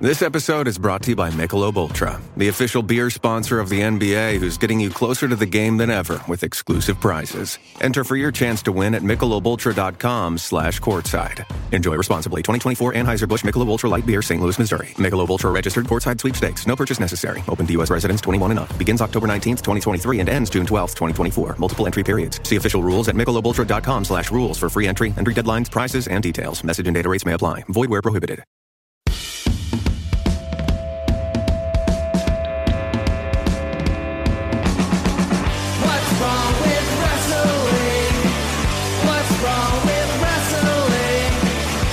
This episode is brought to you by Michelob Ultra, the official beer sponsor of the NBA, who's getting you closer to the game than ever with exclusive prizes. Enter for your chance to win at michelobultra.com slash courtside. Enjoy responsibly. 2024 Anheuser-Busch Michelob Ultra Light Beer, St. Louis, Missouri. Michelob Ultra registered courtside sweepstakes. No purchase necessary. Open to U.S. residents 21 and up. Begins October 19th, 2023 and ends June 12th, 2024. Multiple entry periods. See official rules at michelobultra.com slash rules for free entry, entry deadlines, prices, and details. Message and data rates may apply. Void where prohibited. What's wrong with wrestling? What's wrong with wrestling?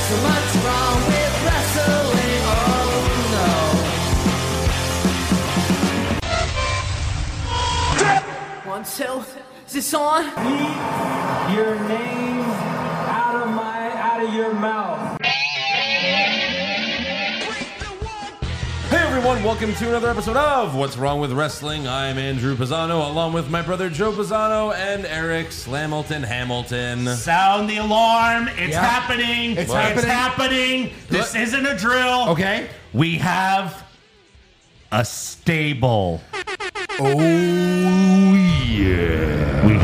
So much wrong with wrestling. Oh no. One, two, is this on? Keep your name out of my out of your mouth. Hey everyone, welcome to another episode of What's Wrong with Wrestling. I'm Andrew Pisano, along with my brother Joe Pisano and Eric Slamilton Hamilton. Sound the alarm. It's Yeah. happening. It's It's happening. happening. This is isn't a drill. Okay. We have a stable. We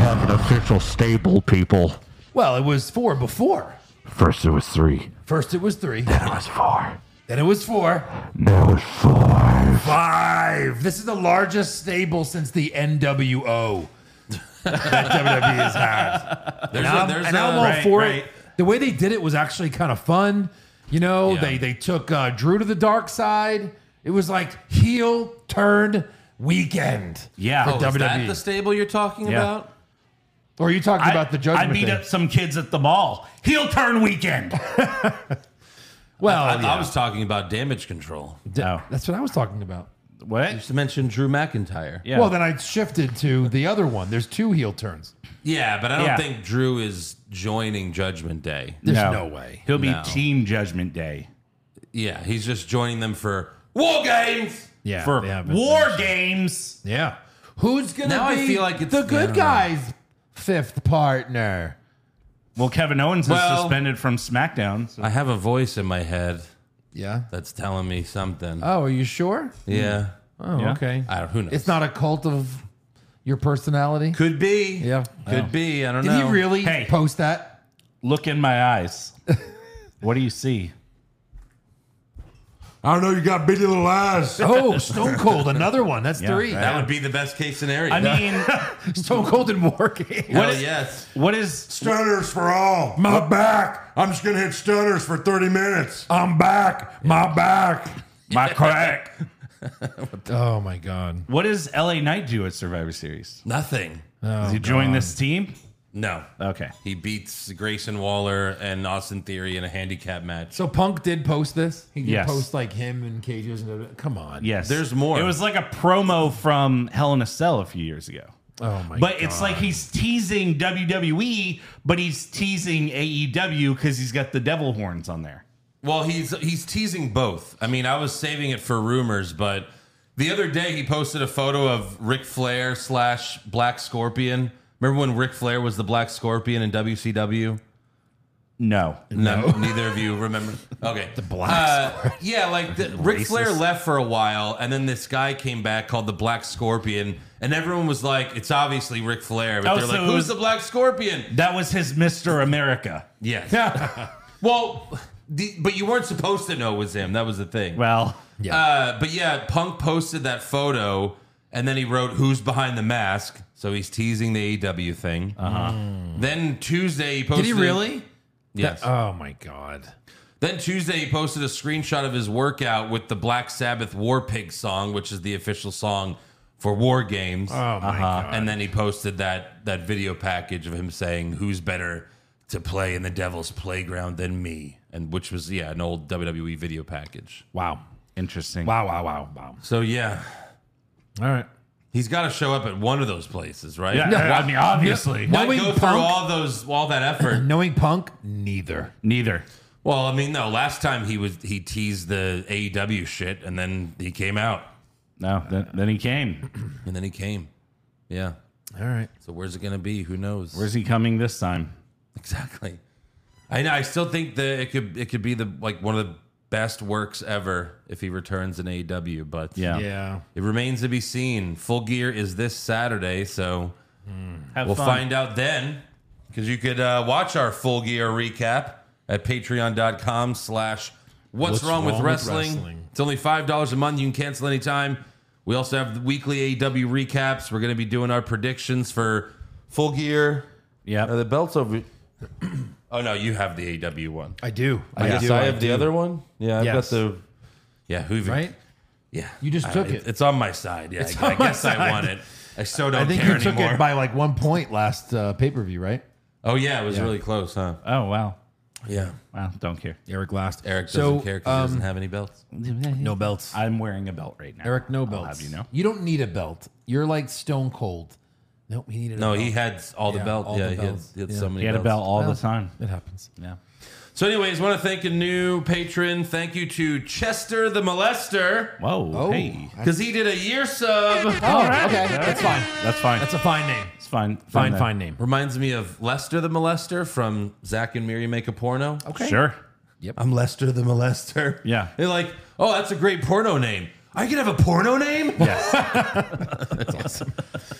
have an official stable, people. Well, it was four before. First it was three, First it was three, then it was four, then it was four. then it was five. Five. This is the largest stable since the NWO that WWE has had. There's And a, I'm, there's and a- I'm all Right, for right. it. The way they did it was actually kind of fun. You know, Yeah. they they took uh, Drew to the dark side. It was like heel turned weekend. Yeah. for Oh, is that WWE. the stable you're talking Yeah. about? or are you talking I- about the I judgment? beat Day? up some kids at the mall. Heel turn weekend. Oh, Well, I, yeah. I was talking about damage control. no. that's what I was talking about. You What? just mentioned Drew McIntyre. Yeah. Well, then I shifted to the other one. There's two heel turns. Yeah, but I don't Yeah. think Drew is joining Judgment Day. There's no way. He'll be No. Team Judgment Day Yeah, he's just joining them for war games. Yeah, for they haven't War finished. Games. Yeah. Who's gonna Now I be feel like it's- the I good don't know. guys' fifth partner? Well, Kevin Owens Well- is suspended from SmackDown. so- I have a voice in my head Yeah. that's telling me something. Oh, are you sure? yeah, Oh, Yeah. okay. Uh, I don't. Who knows? It's not a cult of your personality. Could be. Yeah. Could be. I don't Did know. he really Hey. post that? Look in my eyes. what do you see? I know you got bitty little eyes. Oh, Stone Cold, another one. That's Yeah, three. That would be the best case scenario. I mean, Stone Cold and War Games. Hell is- yes. what is Stunners for all. My back. I'm just gonna hit stunners for 30 minutes. I'm back. My back. my crack? Oh my God. What does LA Knight do at Survivor Series? Nothing. Does he join this team? No. Okay. He beats Grayson Waller and Austin Theory in a handicap match. So Punk did post this. He did Yes. post like him and cages and come on. Yes. There's more. It was like a promo from Hell in a Cell a few years ago. Oh my But it's like he's teasing WWE, but he's teasing AEW because he's got the devil horns on there. Well, he's he's teasing both. I mean, I was saving it for rumors, but the other day he posted a photo of Ric Flair slash Black Scorpion. Remember when Ric Flair was the Black Scorpion in WCW? No. No, neither of you remember. Okay, the Black Uh, yeah, like the, Ric Flair left for a while, and then this guy came back called the Black Scorpion, and everyone was like, "It's obviously Ric Flair," but Oh, they're so like, it "Who's was- the Black Scorpion?" That was his Mr. America. Yes. well, the, but you weren't supposed to know it was him. That was the thing. Well, Uh, but yeah, Punk posted that photo, and then he wrote, "Who's behind the mask?" So he's teasing the AEW thing. Uh Uh-huh. huh. Then Tuesday he posted. Did he really? Yes. Oh my God. Then Tuesday, he posted a screenshot of his workout with the Black Sabbath War Pig song, which is the official song for War Games. Oh my god! And then he posted that that video package of him saying, "Who's better to play in the Devil's Playground than me?" And which was yeah, an old WWE video package. Wow. interesting. Wow, wow, wow, wow. So yeah, All right. he's got to show up at one of those places, right? Yeah, I mean, obviously. No. Why Knowing go through Punk- all those all that effort? Knowing Punk, neither. Neither. well, I mean, no. Last time he was he teased the AEW shit, and then he came out. No. Then, then he came. And then he came. Yeah. All right. So where's it gonna be? Who knows? Where's he coming this time? exactly? I know. I still think that it could it could be the like one of the best works ever if he returns in AEW. But Yeah. Yeah. it remains to be seen. Full Gear is this Saturday, so Have we'll fun. find out then because you could uh, watch our Full Gear recap at patreon.com slash what's, wrong, with, wrestling. Wrestling? It's only $5 a month. You can cancel anytime. We also have the weekly AEW recaps. We're going to be doing our predictions for Full Gear. Yep. Are the belts over? oh, no, you have the AEW one. I do. I guess do, I have the other one. Yeah, I've Yes. got the. Yeah, who even- Right? Yeah, You just I- took it. It's on my side. Yeah, It's I, I on my guess I side. won it. I so don't I think care you took anymore. it by like one point last uh, pay per view, right? oh yeah, it was really close, huh? Oh wow. Yeah, Wow. Don't care. Eric last. Eric doesn't So, um, care because he doesn't have any belts. No belts. I'm wearing a belt right now. Eric, no I'll Have belts. you know? don't need a belt. You're like Stone Cold. Nope, he needed. No, a belt. he had all the Yeah, belt. all yeah, the he had, belts. Oh. he had Yeah. so many. He had a belts. belt all the time. It happens. Yeah. So, anyways, want to thank a new patron. Thank you to Chester the Molester Whoa. Oh, Hey. because he did a year sub. Oh, okay, that's fine. That's fine. That's a fine name. it's fine. Fine, then. fine name. Reminds me of Lester the Molester from Zach and Miri Make a Porno. Okay. Sure. I'm Lester the Molester. Yeah. They're like, oh, that's a great porno name. I can have a porno name? Yes.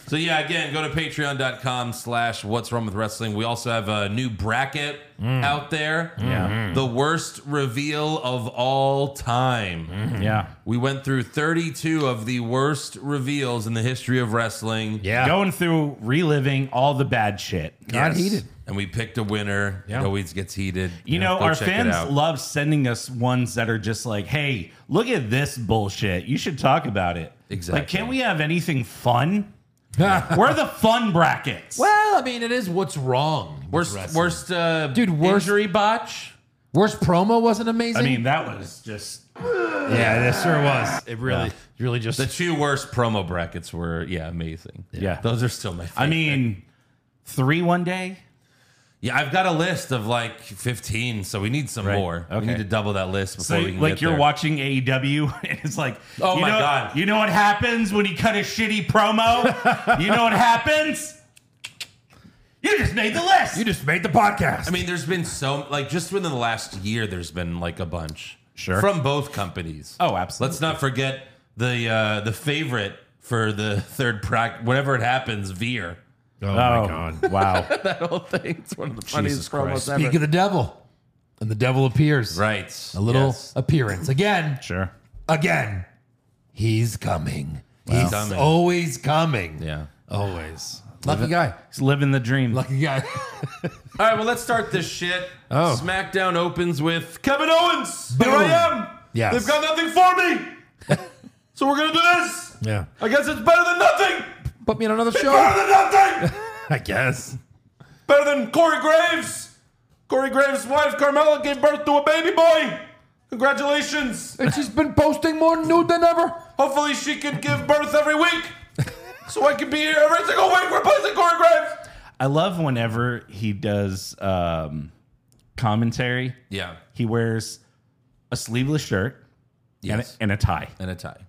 So yeah, again, go to patreon.com slash what's wrong with wrestling. We also have a new bracket out there. Mm. Yeah. Mm. The worst reveal of all time. Mm-hmm. yeah. We went through 32 of the worst reveals in the history of wrestling. Yeah. Going through reliving all the bad shit. Got heated. And we picked a winner. Yeah. It always gets heated. You know, go our check it fans out. love sending us ones that are just like, hey, look at this bullshit. You should talk about it. Like, Exactly. can we have anything fun? We're the fun brackets. Well, I mean, it is what's wrong. with worst wrestling. worst uh Dude, worst- injury botch. worst promo wasn't amazing. I mean, that was just. yeah, that sure was. It really, really just. The two worst promo brackets were yeah, amazing. Yeah. Those are still my favorite. I mean, three one day. Yeah, I've got a list of like 15, so we need some Right. more. We Okay. need to double that list So, before we can like, get you're there. watching AEW, and it's like, Oh you my know- God. you know what happens when you cut a shitty promo? you know what happens? You just made the list. you just made the podcast. I mean, there's been so like just within the last year, there's been like a bunch. Sure. From both companies. Oh, absolutely. Let's not forget the uh the favorite for the third prac whenever it happens, Veer. oh, oh Wow. That whole thing. It's one of the Jesus funniest promos Christ. ever. Speak of the devil, and the devil appears. right. A little Yes. appearance again. sure. Again, he's coming. He's Coming. always coming. Yeah. Always. Lucky guy. He's living the dream. Lucky guy. All right, well, let's start this shit. Oh. SmackDown opens with Kevin Owens. Here Boom. I am. Yes. They've got nothing for me. so we're going to do this. yeah. I guess it's better than nothing. Put me on another Better show. than nothing. I guess. better than Corey Graves. Corey Graves' wife, Carmella, gave birth to a baby boy. Congratulations. And she's been posting more nude than ever. Hopefully, she can give birth every week. So I can be here every single week replacing Corey Graves. I love whenever he does um, commentary. Yeah. He wears a sleeveless shirt Yes. and, a, and a tie. And a tie.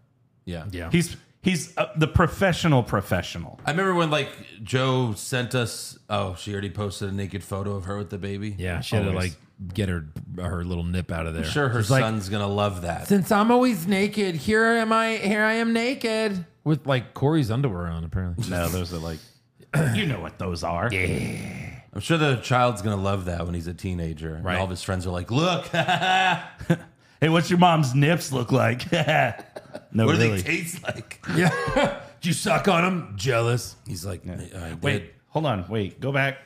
Yeah. Yeah. He's he's uh, the professional professional. I remember when like Joe sent us. Oh, she already posted a naked photo of her with the baby. Yeah, she had to like get her her little nip out of there. I'm sure her She's like, son's gonna love that. Since I'm always naked, here am I. Here I am naked with like Corey's underwear on. Apparently, No, those are like you know what those are. I'm sure the child's gonna love that when he's a teenager. And Right. all of his friends are like, "Look, Hey, what's your mom's nips look like? no, what do they really. taste like?" yeah. Did you suck on him? Jealous. He's like, "I uh, did." wait, hold on. Wait, go back.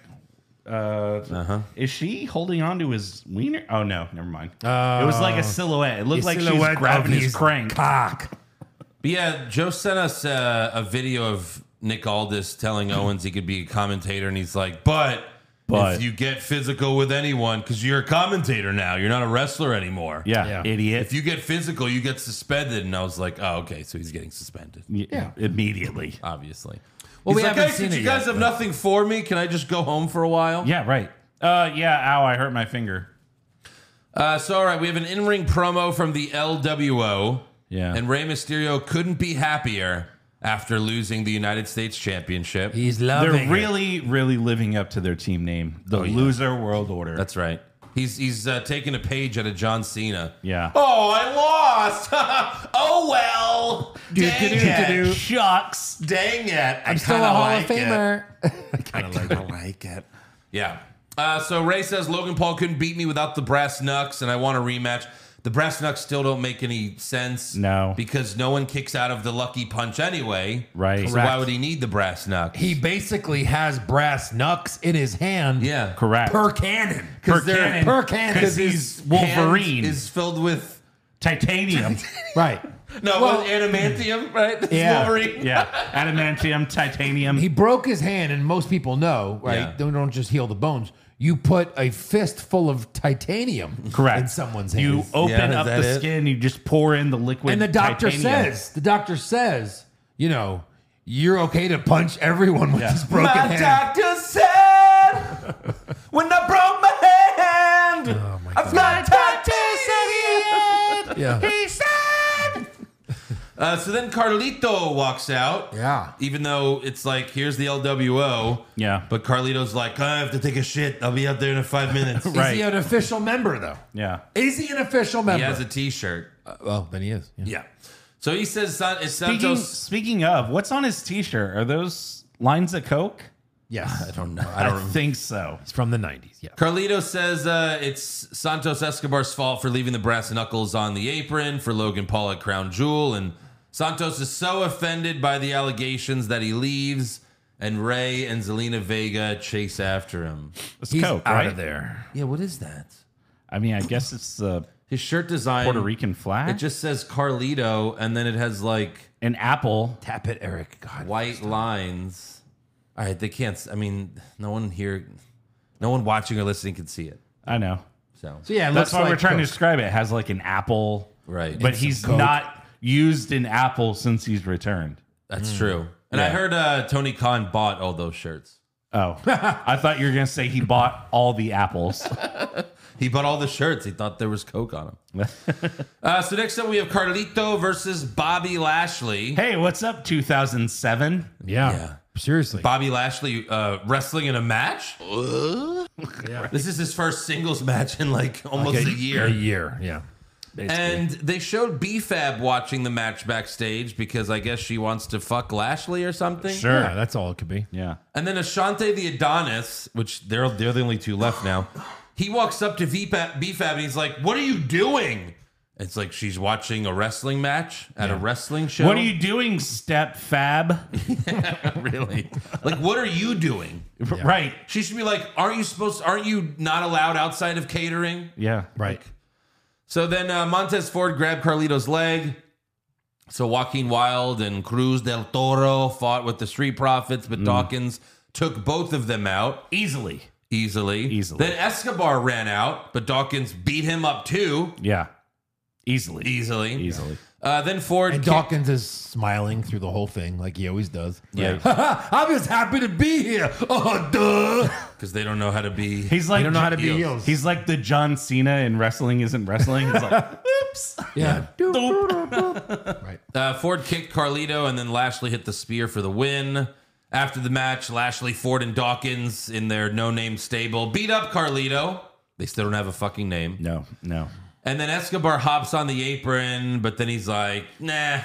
Uh, Uh-huh. Is she holding on to his wiener? Oh no, never mind. it was Oh. like a silhouette. It looked like she was grabbing his crank. cock. But yeah, Joe sent us uh, a video of Nick Aldis telling Owens he could be a commentator, and he's like, "But." But- if you get physical with anyone, because you're a commentator now, you're not a wrestler anymore. Yeah, Yeah. idiot. If you get physical, you get suspended. And I was like, oh, okay, so he's getting suspended. yeah, immediately. obviously. Well, He's we like, haven't "Hey, seen since it you yet, guys have but- nothing for me, can I just go home for a while? Yeah, right. Uh, yeah. Ow, I hurt my finger. Uh, so, all right, we have an in-ring promo from the LWO. Yeah. And Rey Mysterio couldn't be happier after losing the United States Championship. He's They're loving. it. Oh, really, really living up to their team name, the Loser World Order. That's right. He's he's uh, taking a page out of John Cena. Yeah. Oh, I lost. oh well. Dang it. Shucks. Dang it. I I'm still a kinda Hall like of Famer. It. I kind of like it. Yeah. Uh, so Ray says Logan Paul couldn't beat me without the brass knucks, and I want a rematch. The brass knucks still don't make any sense. No. Because no one kicks out of the lucky punch anyway. Right. So why Correct. would he need the brass knucks? He basically has brass knucks in his hand. yeah. Correct. Per cannon. Per they're- cannon. Per cannon. Because he's Wolverine. Hand is filled with titanium. Right. no Well- with adamantium, right? It's Yeah. Wolverine. yeah. Adamantium, titanium. He broke his hand, and most people know, right? Yeah. They don't just heal the bones. You put a fist full of titanium Correct. in someone's hand. You open Yeah, is up that the it? skin, you just pour in the liquid. and the doctor titanium. says, the doctor says, you know, you're okay to punch everyone with Yeah. this broken my hand. Oh doctor said when I broke my hand. Oh my god. My doctor said Yeah. He said. Uh, so then Carlito walks out. Yeah. Even though it's like, here's the LWO. Yeah. But Carlito's like, I have to take a shit. I'll be out there in five minutes. Is he an official member, though? Yeah. Is he an official He member? has a t shirt. well, then he is. Yeah. So he says, San- is Speaking, Santos. speaking of, what's on his t shirt? Are those lines of Coke? Yes. I don't know. I I, don't remember. think so. It's from the 90s. Yeah. Carlito says uh, it's Santos Escobar's fault for leaving the brass knuckles on the apron for Logan Paul at Crown Jewel. And Santos is so offended by the allegations that he leaves, and Ray and Zelina Vega chase after him. It's He's Coke, out right? of there. Yeah, what is that? I mean, I guess it's the His shirt design Puerto Rican flag. It just says Carlito, and then it has like an apple. Tap it, Eric. God. white lines. All right, they can't. s- I mean, no one here, no one watching or listening can see it. I know. So, So, yeah, it That's looks why we're like trying to Coke. describe it. It has like an apple, right, but he's Coke. not used an apple since he's returned. That's true. And I heard uh, Tony Khan bought all those shirts. Oh, I thought you were gonna say he bought all the apples. He bought all the shirts. He thought there was Coke on them. uh, so next up, we have Carlito versus Bobby Lashley. hey, what's up, 2007? Yeah. Yeah. Seriously. Bobby Lashley uh, wrestling in a match. This is his first singles match in like almost a, year. A year. Yeah. And they showed B-Fab watching the match backstage because I guess she wants to fuck Lashley or something. Yeah, that's all it could be. Yeah. And then Ashante the Adonis, which they're they're the only two left now. He walks up to VFAB, BFAB and he's like, "What are you doing?" It's like she's watching a wrestling match at a wrestling show. What are you doing, Step Fab? really like? What are you doing? Right. She should be like, "Aren't you supposed? Aren't you not allowed outside of catering?" Yeah. Right. So then uh, Montez Ford grabbed Carlito's leg. So Joaquin Wild and Cruz del Toro fought with the Street Profits, but Dawkins took both of them out. Mm. Easily. Easily. Easily. Then Escobar ran out, but Dawkins beat him up too. Yeah. Easily. E- Easily. Easily. Uh, then Ford. And kick- Dawkins is smiling through the whole thing like he always does. Yeah. I'm just happy to be here. Oh, duh. Because they don't know how to be. He's like I don't know how to be heels. He's like the John Cena in wrestling isn't wrestling. He's like, oops. yeah. Uh, Ford kicked Carlito, and then Lashley hit the spear for the win. After the match, Lashley, Ford, and Dawkins in their no name stable beat up Carlito. They still don't have a fucking name. No, no. And then Escobar hops on the apron, but then he's like, nah,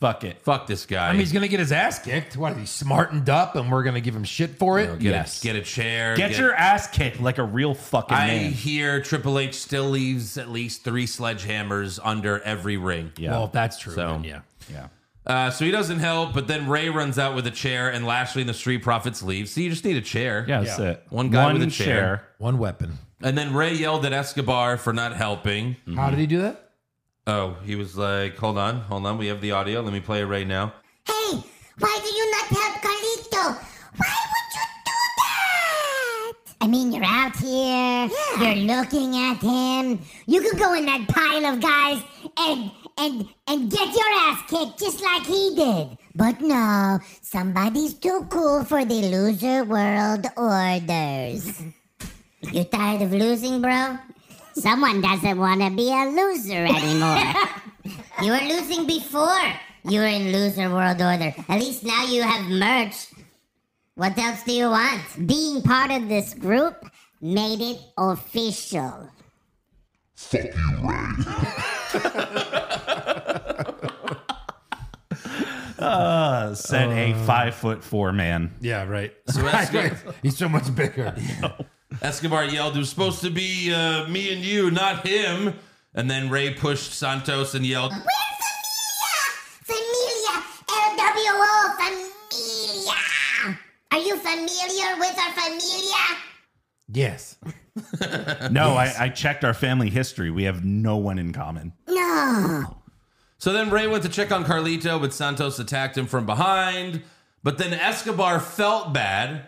Fuck it. fuck this guy. I mean, he's going to get his ass kicked. What? He's smartened up and we're going to give him shit for it? get, yes. a, get a chair. Get your ass kicked like a real fucking I man. hear Triple H still leaves at least three sledgehammers under every ring. Yeah. Well, if that's true, So- then yeah. yeah. Uh, so he doesn't help, but then Ray runs out with a chair and Lashley and the Street Profits leave. So you just need a chair. Yeah, that's Yeah. it. One guy with a chair. One weapon. And then Ray yelled at Escobar for not helping. How did he do that? Oh, he was like, hold on, hold on. We have the audio. Let me play it right now. Hey, why do you not help Carlito? Why would you do that? I mean, you're out here. You're looking at him. You could go in that pile of guys and and and get your ass kicked just like he did. But no, somebody's too cool for the loser world orders. You tired of losing, bro? Someone doesn't want to be a loser anymore. You were losing before. You were in loser world order. At least now you have merged. What else do you want? Being part of this group made it official. Uh, said a five foot four man. Yeah, right. So Escobar, He's so much bigger. Escobar yelled, "It was supposed to be uh, me and you, not him." And then Ray pushed Santos and yelled, Where's familia? Familia. LWO familia. Are you familiar with our familia? yes. No, I, I checked our family history. We have no one in common. No. So then Ray went to check on Carlito, but Santos attacked him from behind. But then Escobar felt bad,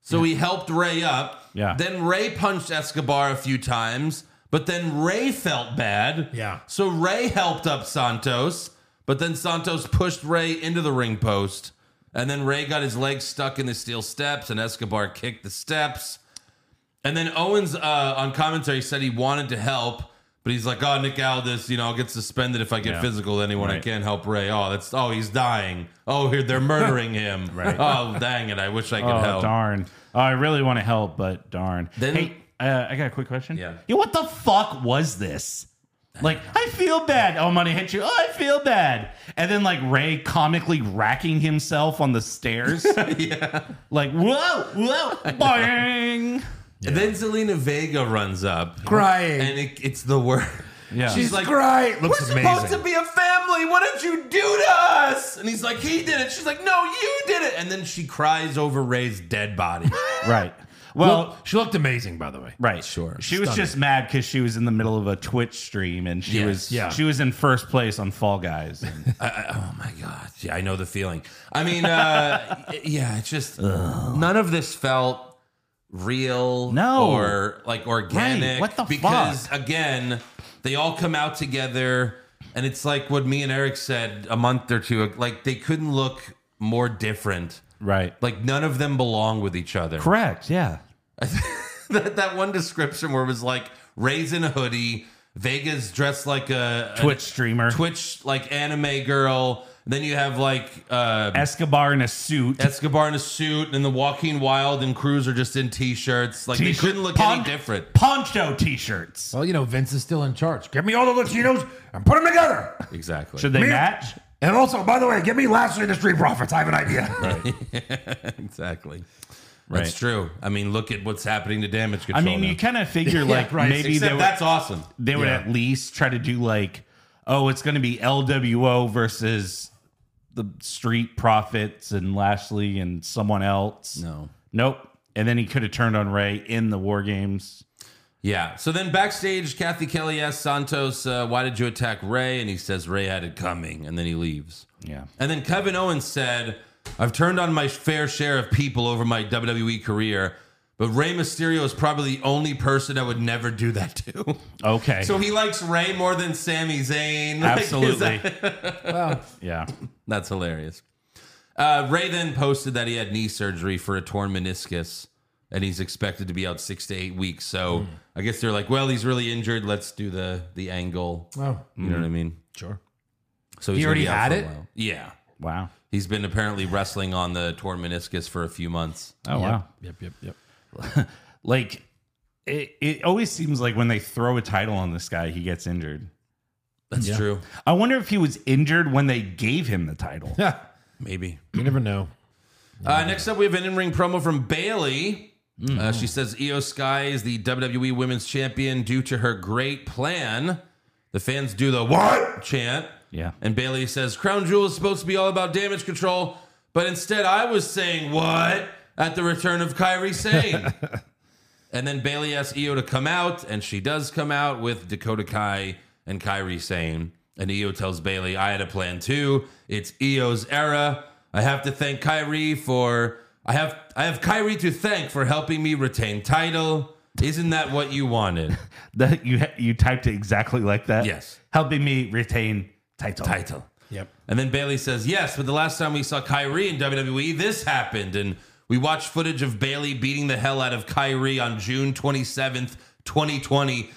so he helped Ray up. Yeah. Then Ray punched Escobar a few times, but then Ray felt bad. Yeah. So Ray helped up Santos, but then Santos pushed Ray into the ring post. And then Ray got his legs stuck in the steel steps, and Escobar kicked the steps. And then Owens uh, on commentary said he wanted to help, but he's like, "Oh, Nick Aldis, you know, I'll get suspended if I get Yeah. physical with anyone. I Right. can't help Ray. Oh, that's oh, he's dying. Oh, here they're murdering him. Right. Oh, dang it! I wish I could Oh, help. darn. Oh, I really want to help, but darn. Then- hey, uh, I got a quick question. Yeah. Yo, what the fuck was this? Like, I feel bad. Oh, money hit you. Oh, I feel bad. And then, like, Ray comically racking himself on the stairs. Like, whoa, whoa, boing. And Then Zelina Vega runs up, Crying. and it, it's the worst. Yeah. She's like, great. Looks We're amazing. supposed to be a family. What did you do to us? And he's like, he did it. She's like, no, you did it. And then she cries over Ray's dead body. right. Well, Oh, Look, she looked amazing, by the way. Right. Sure. She was just mad because she was in the middle of a Twitch stream and she Yes. was Yeah. she was in first place on Fall Guys. And Oh my god! Yeah, I know the feeling. I mean, uh, y- yeah, it's just none of this felt real, No. or like organic. Right, what the because fuck? again, they all come out together, and it's like what me and Eric said a month or two. ag- Like they couldn't look more different. right. Like Like none of them belong with each other. correct. Yeah. that, that one description where it was like Ray's in a hoodie, Vega's dressed like a Twitch streamer. Twitch like anime girl. Then you have like uh, Escobar in a suit. Escobar in a suit, and the Walking Wild and Cruz are just in t-shirts. Like T-shirt- they couldn't look pon- any different. Poncho t-shirts. Well, you know, Vince is still in charge. Get me all the Latinos and put them together. Exactly. Should they match? And also, by the way, give me Last Industry Profits. I have an idea. exactly. Right. That's true. I mean, look at what's happening to damage I control. mean, you now. kind of figure like right. maybe Except they would, that's awesome. they would at least try to do like, oh, it's going to be LWO versus the Street Profits and Lashley and someone else. No. Nope. And then he could have turned on Ray in the War Games. Yeah. So then backstage, Kathy Kelly asks Santos, uh, "Why did you attack Ray?" And he says, "Ray had it coming," and then he leaves. Yeah. And then Kevin Owens said, I've turned on my fair share of people over my WWE career, but Rey Mysterio is probably the only person I would never do that to. Okay. so he likes Rey more than Sami Zayn. Like, is Absolutely. that- yeah. that's hilarious. Uh, Ray then posted that he had knee surgery for a torn meniscus and he's expected to be out six to eight weeks. So Hmm. I guess they're like, well, he's really injured. Let's do the the angle. Oh, You know what I mean? sure. So he's He gonna already be out had for a it? while. Yeah. Wow. He's been apparently wrestling on the torn meniscus for a few months. Oh wow. Yep, yep, yep. Like it, it always seems like when they throw a title on this guy, he gets injured. That's true. I wonder if he was injured when they gave him the title. Yeah. Maybe. You never know. Uh, next up, we have an in ring promo from Bailey. Uh, she says Io Sky is the WWE Women's Champion due to her great plan. The fans do the what chant. Yeah. And Bailey says Crown Jewel is supposed to be all about damage control, but instead I was saying what at the return of Kyrie Sane. and then Bailey asks Io to come out, and she does come out with Dakota Kai and Kyrie Sane. And Io tells Bailey, I had a plan too. It's Io's era. I have to thank Kyrie for I have I have Kyrie to thank for helping me retain title. Isn't that what you wanted? That you ha- you typed it exactly like that. Yes. Helping me retain title. title. Yep. And then Bailey says, "Yes, but the last time we saw Kyrie in WWE, this happened, and we watched footage of Bailey beating the hell out of Kyrie on June 27th, 2020.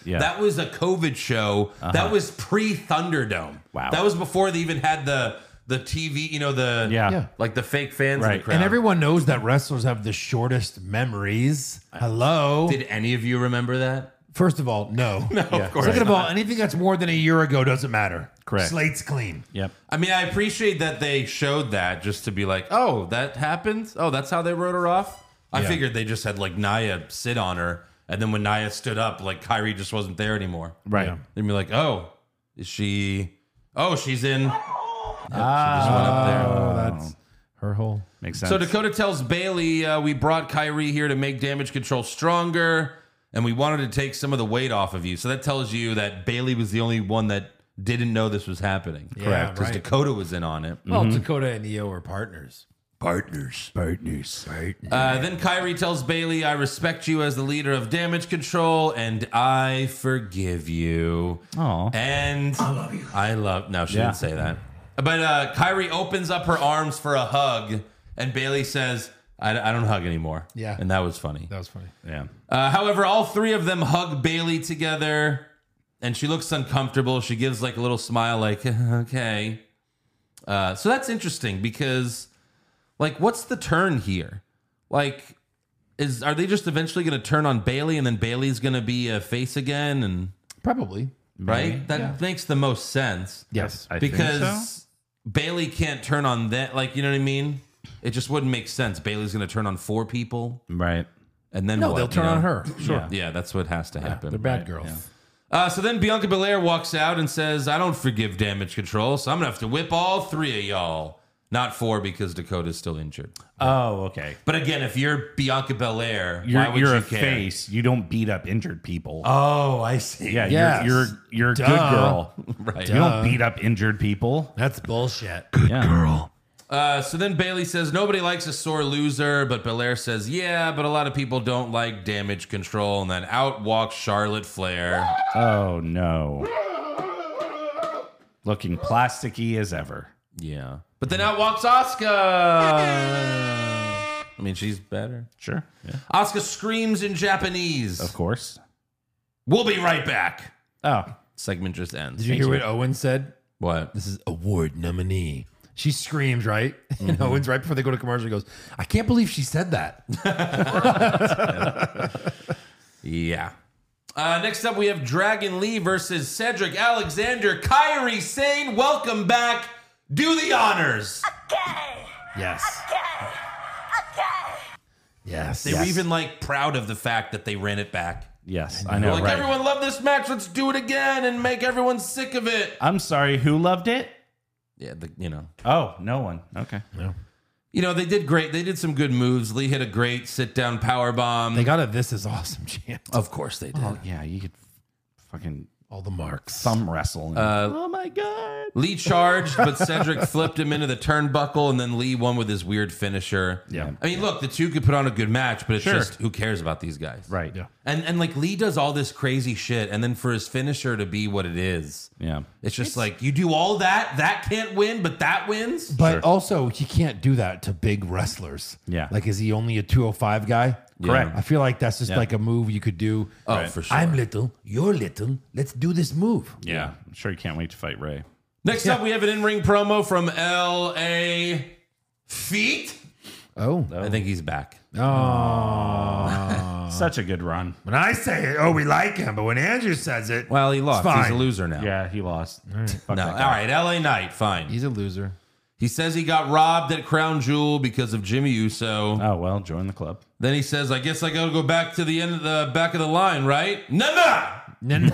Yeah. Uh-huh. That was a COVID show. That was pre Thunderdome. Wow. That was before they even had the the TV, you know, the Yeah. Yeah. like the fake fans in Right. the And crowd. And everyone knows that wrestlers have the shortest memories. Hello. Did any of you remember that? First of all, no. no of course Second of all, anything that's more than a year ago doesn't matter. Correct. Slate's clean. Yep. I mean, I appreciate that they showed that just to be like, oh, that happened. Oh, that's how they wrote her off. I Yeah. figured they just had like Naya sit on her, and then when Naya stood up, like Kyrie just wasn't there anymore. Right. They'd be like, oh, is she? Oh, she's in. Yep, she just went up there. Ah, oh, Her whole. Makes sense. So Dakota tells Bailey, uh, "We brought Kyrie here to make damage control stronger, and we wanted to take some of the weight off of you." So that tells you that Bailey was the only one that didn't know this was happening, Correct. Because right. Dakota was in on it. Mm. Well, Mm-hmm. Dakota and Io are partners. Partners. Partners. Partners. Uh, then Kyrie tells Bailey, "I respect you as the leader of damage control, and I forgive you." Aw. and I love you. I love. No, she Yeah. didn't say that. But uh, Kyrie opens up her arms for a hug, and Bailey says, "I, I don't hug anymore." Yeah. and that was funny. That was funny. yeah. Uh, however, all three of them hug Bailey together, and she looks uncomfortable. She gives like a little smile, like okay. Uh, so that's interesting because, like, what's the turn here? Like, is are they just eventually going to turn on Bailey, and then Bailey's going to be a face again, and Probably. right? That makes the most sense Yes. I think because so. Bailey can't turn on that. Like, you know what I mean? It just wouldn't make sense. Bailey's going to turn on four people, Right. and then No, what, they'll you turn know? on her. Sure. Yeah, that's what has to happen. They're bad girls. Uh, so then Bianca Belair walks out and says, I don't forgive damage control, so I'm going to have to whip all three of y'all. Not four because Dakota's still injured. Oh, okay. But again, if you're Bianca Belair, why You're, would you're you a care? face. You don't beat up injured people. Oh, I see. yeah. yes. You're you're, you're a good Duh. girl. Right. You don't beat up injured people. That's bullshit. Uh, so then Bailey says, Nobody likes a sore loser, but Belair says, Yeah, but a lot of people don't like damage control. And then out walks Charlotte Flair. Oh no. Looking plasticky as ever. Yeah. But then out walks Oscar. I mean, she's better. Sure. Yeah. Oscar screams in Japanese. Of course. We'll be right back. Oh. Segment just ends. Did you hear what Owen said? what? This is award nominee. She screams, right? Mm-hmm. And Owen's right before they go to commercial, he goes, I can't believe she said that. Yeah. Uh, next up, we have Dragon Lee versus Cedric Alexander. Kyrie Sane, welcome back. Do the honors. Yes. Yes. They were even like proud of the fact that they ran it back. Yes. I They're know. like, right. everyone loved this match. Let's do it again and make everyone sick of it. I'm sorry. Who loved it? Yeah, the, you know. Oh, no one. Okay. You know, they did great. They did some good moves. Lee hit a great sit down power bomb. They got a This Is Awesome chant. of course they did. Yeah, you could fucking All the marks. thumb wrestle. Uh, oh my god. Lee charged, but Cedric flipped him into the turnbuckle, and then Lee won with his weird finisher. Yeah. I mean, look, the two could put on a good match, but it's Sure. just who cares about these guys, Right. Yeah. And and like Lee does all this crazy shit, and then for his finisher to be what it is, Yeah. it's just like you do all that, that can't win, but that wins. But also, he can't do that to big wrestlers. Yeah. Like, is he only a 205 guy? Correct. I feel like that's just like a move you uh, could do. Oh, for sure. I'm little, you're little. Let's do this move. Yeah. I'm sure you can't wait to fight Ray. Next up, we have an in-ring promo from L.A. Feet. Oh. I think he's back. Such a good run. When I say it, oh, we like him. But when Andrew says it, Well, he lost. It's He's fine. a loser now. Yeah, he lost. Fuck No. that All guy. right, L.A. Knight. Fine. he's a loser. He says he got robbed at Crown Jewel because of Jimmy Uso. Oh well, join the club. Then he says, "I guess I gotta go back to the end of the back of the line, right?" No, no.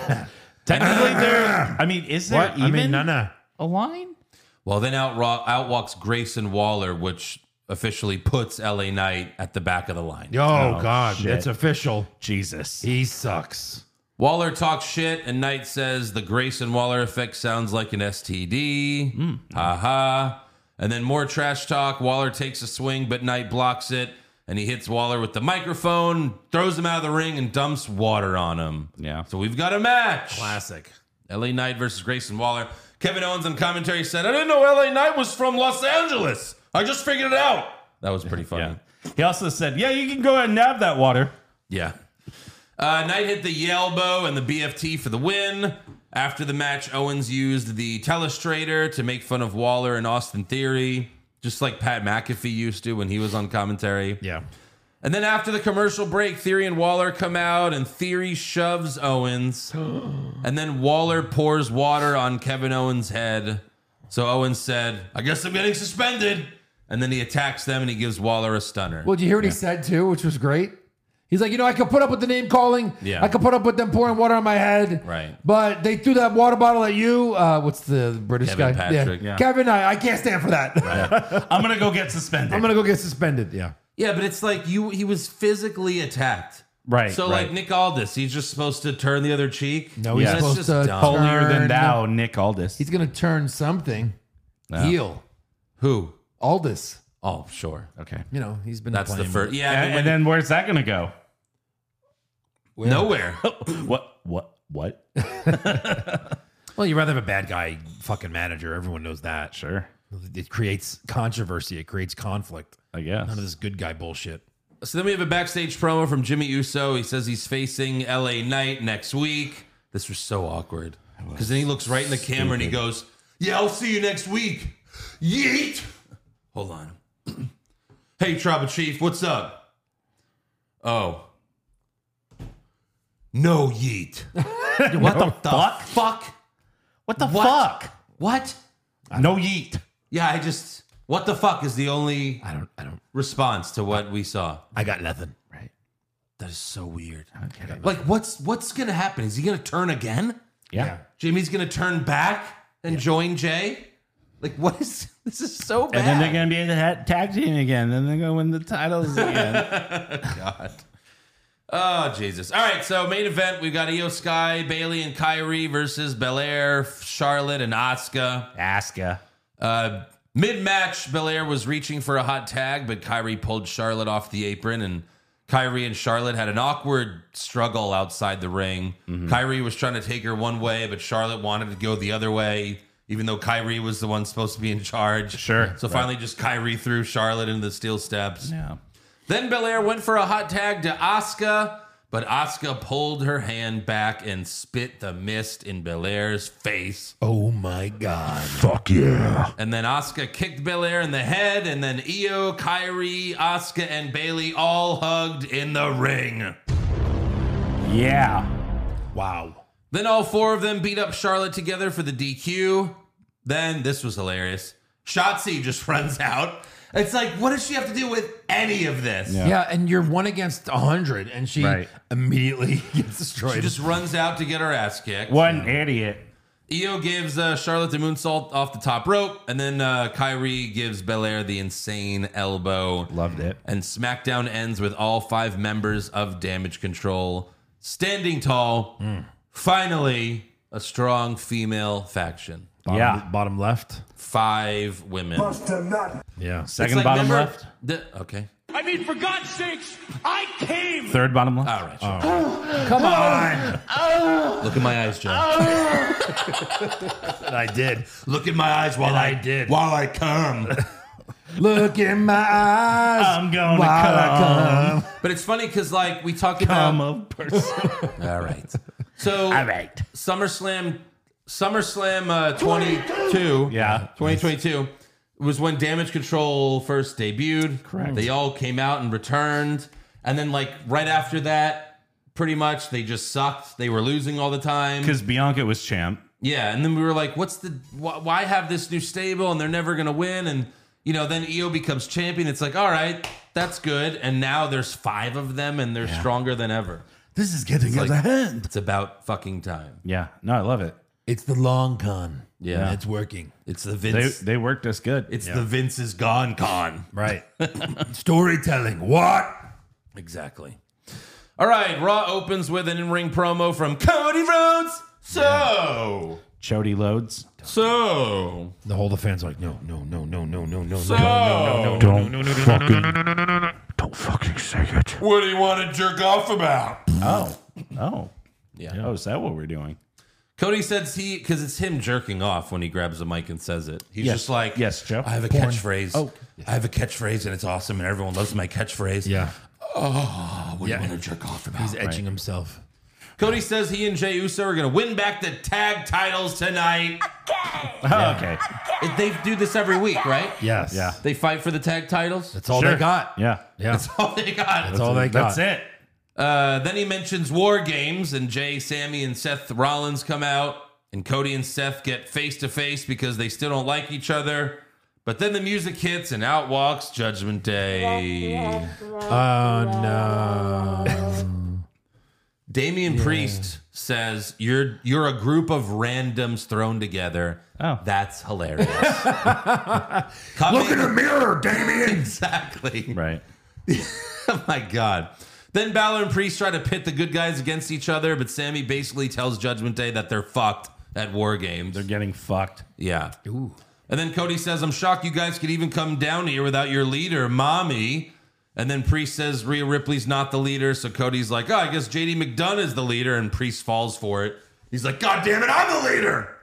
Technically, there. I mean, is there even no. a line? Well, then out ro- out walks Grayson Waller, which officially puts LA Knight at the back of the line. Oh, God. shit. It's official. Jesus. He sucks. Waller talks shit, and Knight says the Grayson Waller effect sounds like an STD. Hmm. Ha ha. And then more trash talk. Waller takes a swing, but Knight blocks it, and he hits Waller with the microphone, throws him out of the ring, and dumps water on him. Yeah. So we've got a match. Classic. LA Knight versus Grayson Waller. Kevin Owens on commentary said, I didn't know LA Knight was from Los Angeles. I just figured it out. That was pretty Yeah. funny. He also said, "Yeah, you can go ahead and nab that water." Yeah. Uh, Knight hit the Yelbow and the BFT for the win. After the match, Owens used the telestrator to make fun of Waller and Austin Theory, just like Pat McAfee used to when he was on commentary. Yeah. And then after the commercial break, Theory and Waller come out, and Theory shoves Owens. and then Waller pours water on Kevin Owens' head. So Owens said, I guess I'm getting suspended. And then he attacks them and he gives Waller a stunner. Well, did you hear what he said too, which was great? He's like, you know, I could put up with the name calling. Yeah. I could put up with them pouring water on my head. Right. But they threw that water bottle at you. Uh, what's the British Kevin guy? Patrick. Yeah. Kevin, I, I can't stand for that. I'm gonna go get suspended. I'm gonna go get suspended. Yeah. Yeah, but it's like you he was physically attacked. Right, So right. like Nick Aldis, he's just supposed to turn the other cheek. No, he's Yeah. supposed to dumb. pull- holier than Turn. thou, Nick Aldis. He's gonna turn something heel. Who? Aldous. Oh, sure. okay. You know, he's been That's the playing- first. Yeah, I And, mean, and then where's that gonna go? when- nowhere. What? What? What? Well, you'd rather have a bad guy fucking manager. Everyone knows that. Sure. It creates controversy. It creates conflict. I guess. None of this good guy bullshit. So then we have a backstage promo from Jimmy Uso. He says he's facing LA Knight next week. This was so awkward because then he looks right in the camera and he goes, "Yeah, I'll see you next week." Yeet. Hold on. hey, Tribal Chief, what's up? Oh. No yeet. what the fuck? Fuck. What the What? fuck? What? No yeet. Yeah, I just. What the fuck is the only I don't. I don't. response to what we saw? I got nothing. That is so weird. Like, what's what's gonna happen? Is he gonna turn again? Yeah. Jimmy's gonna turn back and join Jay. Like, what is this? Is so bad. And then they're gonna be in the hat- tag team again. Then they're gonna win the titles again. oh Jesus! All right, so main event we've got Io Sky, Bailey, and Kyrie versus Belair, Charlotte, and Asuka. Asuka. Uh, Mid match, Belair was reaching for a hot tag, but Kyrie pulled Charlotte off the apron, and Kyrie and Charlotte had an awkward struggle outside the ring. Kyrie was trying to take her one way, but Charlotte wanted to go the other way, even though Kyrie was the one supposed to be in charge. Sure. So finally, just Kyrie threw Charlotte into the steel steps. Yeah. Then Belair went for a hot tag to Asuka, but Asuka pulled her hand back and spit the mist in Belair's face. Oh my god. And then Asuka kicked Belair in the head, and then Io, Kyrie, Asuka, and Bailey all hugged in the ring. Yeah. Wow. Then all four of them beat up Charlotte together for the DQ. Then this was hilarious. Shotzi just runs out. It's like, what does she have to do with any of this? Yeah, and you're one against a hundred, and she Right. immediately gets destroyed. She just runs out to get her ass kicked. One idiot. Io gives uh, Charlotte the moonsault off the top rope, and then uh, Kyrie gives Belair the insane elbow. Loved it. And SmackDown ends with all five members of Damage Control standing tall. Finally, a strong female faction. bottom, yeah. bottom left. Five women. It's Yeah, Second like, bottom remember left. the- okay. I mean, for God's sakes, I came. Third bottom left. All right. Sure. come on. Look in my eyes, Joe. I did. Look in my eyes while I, did. While I come. Look in my eyes. I'm gonna while I come. But it's funny because, like, we talk I'm about. a person. All right. So. All right. SummerSlam SummerSlam uh, 22. Yeah. 2022 was when Damage Control first debuted. Correct. They all came out and returned. And then like right after that, pretty much they just sucked. They were losing all the time. Because Bianca was champ. Yeah, and then we were like, what's the wh- why have this new stable and they're never going to win and you know, then EO becomes champion. It's like, all right, that's good. And now there's five of them and they're stronger than ever. This is getting out of hand. It's about fucking time. Yeah. No, I love it. It's the long con. Yeah. and it's working. It's the They Vince. they worked us good. it's the Vince is gone con. Right. Storytelling. What? Exactly. All right, Raw opens with an in-ring promo from Cody Rhodes. So, Chody loads. so, The whole defense like no, no, no, no, no, no, no, so. no, no. Don't fucking. Don't fucking say it. What do you want to jerk off about? Oh. Oh. Yeah. Oh, is that what we're doing? Cody says he because it's him jerking off when he grabs the mic and says it. He's Yes. just like, Yes, Joe. I have a catchphrase. Oh, I have a catchphrase and it's awesome and everyone loves my catchphrase. Oh, Yeah, What do you want to jerk off about? he's etching himself. Cody says he and Jey Uso are going to win back the tag titles tonight. Oh, okay. It- They do this every week, right? Yes. Yeah. They fight for the tag titles. That's all Sure. they got. Yeah. Yeah. That's That's all they got. all they got. That's it. Uh, then he mentions war games, and Jay, Sammy, and Seth Rollins come out, and Cody and Seth get face to face because they still don't like each other. But then the music hits, and out walks Judgment Day. Oh no. Damian Priest says, "You're you're a group of randoms thrown together. Oh. That's hilarious. Come Look in- in the mirror, Damien. exactly. Right. oh my god. Then Balor and Priest try to pit the good guys against each other, but Sammy basically tells Judgment Day that they're fucked at War Games. They're getting fucked. yeah. And then Cody says, "I'm shocked you guys could even come down here without your leader, mommy." And then Priest says Rhea Ripley's not the leader, so Cody's like, "Oh, I guess JD McDonough is the leader," and Priest falls for it. He's like, God damn it, I'm the leader.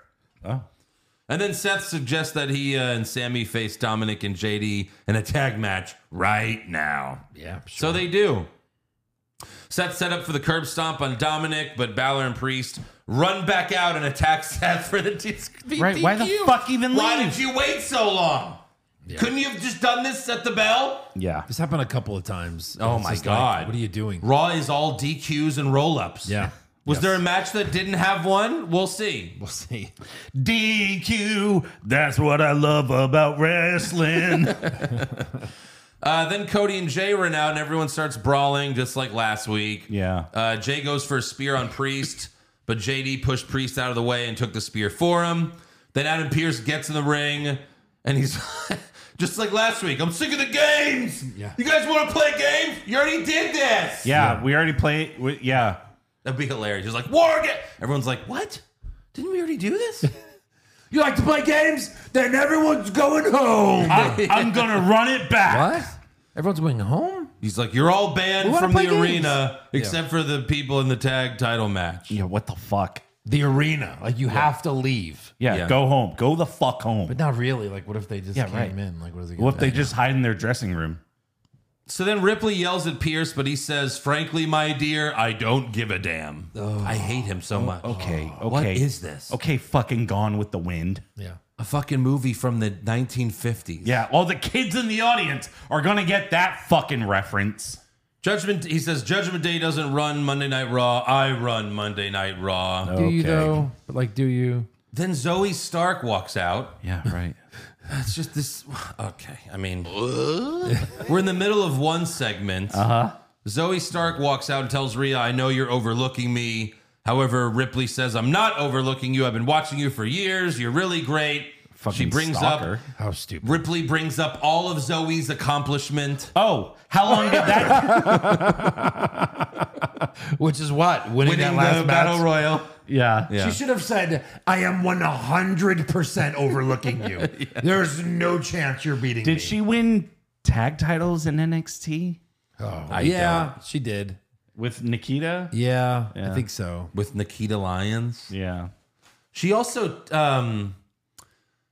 And then Seth suggests that he uh, and Sammy face Dominic and JD in a tag match right now. Yeah. So they do. Seth set up for the curb stomp on Dominic, but Balor and Priest run back out and attack Seth for the dis- Right, why the DQ. fuck even Why leave? did you wait so long? Couldn't you have just done this at the bell? Yeah. This happened a couple of times. Oh It's my just God. Like, what are you doing? Raw is all DQs and roll ups. Yeah. Was there a match that didn't have one? We'll see. We'll see. DQ. That's what I love about wrestling. Uh, then Cody and Jay run out, and everyone starts brawling just like last week. Yeah. Uh, Jay goes for a spear on Priest, but JD pushed Priest out of the way and took the spear for him. Then Adam Pierce gets in the ring, and he's just like last week. I'm sick of the games. Yeah. You guys want to play games? You already did this. yeah, we already play. We, yeah. That'd be hilarious. He's like, War game. Everyone's like, What? Didn't we already do this? You like to play games? Then everyone's going home. I, I'm going to run it back. What? Everyone's going home? He's like, You're all banned We wanna from the play games." arena except for the people in the tag title match. Yeah, what the fuck? The arena. Like you have to leave. Yeah, Yeah. go home. Go the fuck home. But not really. Like what if they just Yeah, came right. in? Like what is it? What if they just hide in their dressing room? So then Ripley yells at Pierce, but he says, "Frankly, my dear, I don't give a damn. Oh. I hate him so much." Okay, Oh, okay. What is this? Okay, fucking gone with the wind. Yeah. A fucking movie from the 1950s. Yeah, all the kids in the audience are going to get that fucking reference. Judgment. He says, "Judgment Day doesn't run Monday Night Raw. I run Monday Night Raw." Do you though? But like do you? Then Zoe Stark walks out. Yeah, right. It's just this. Okay, I mean, we're in the middle of one segment. Uh huh. Zoe Stark walks out and tells Rhea, "I know you're overlooking me." However, Ripley says, "I'm not overlooking you. I've been watching you for years. You're really great." she brings stalker. up How stupid. Ripley brings up all of Zoe's accomplishment, Oh, how long did that? Which is what? winning Winning, that the last battle battle royal. royal. yeah. She should have said, I am 100% overlooking you. There's no chance you're beating me. Did she win tag titles in NXT yeah, she did. with Nikita? Yeah, I think so. with Nikita Lyons. Yeah. She also, um,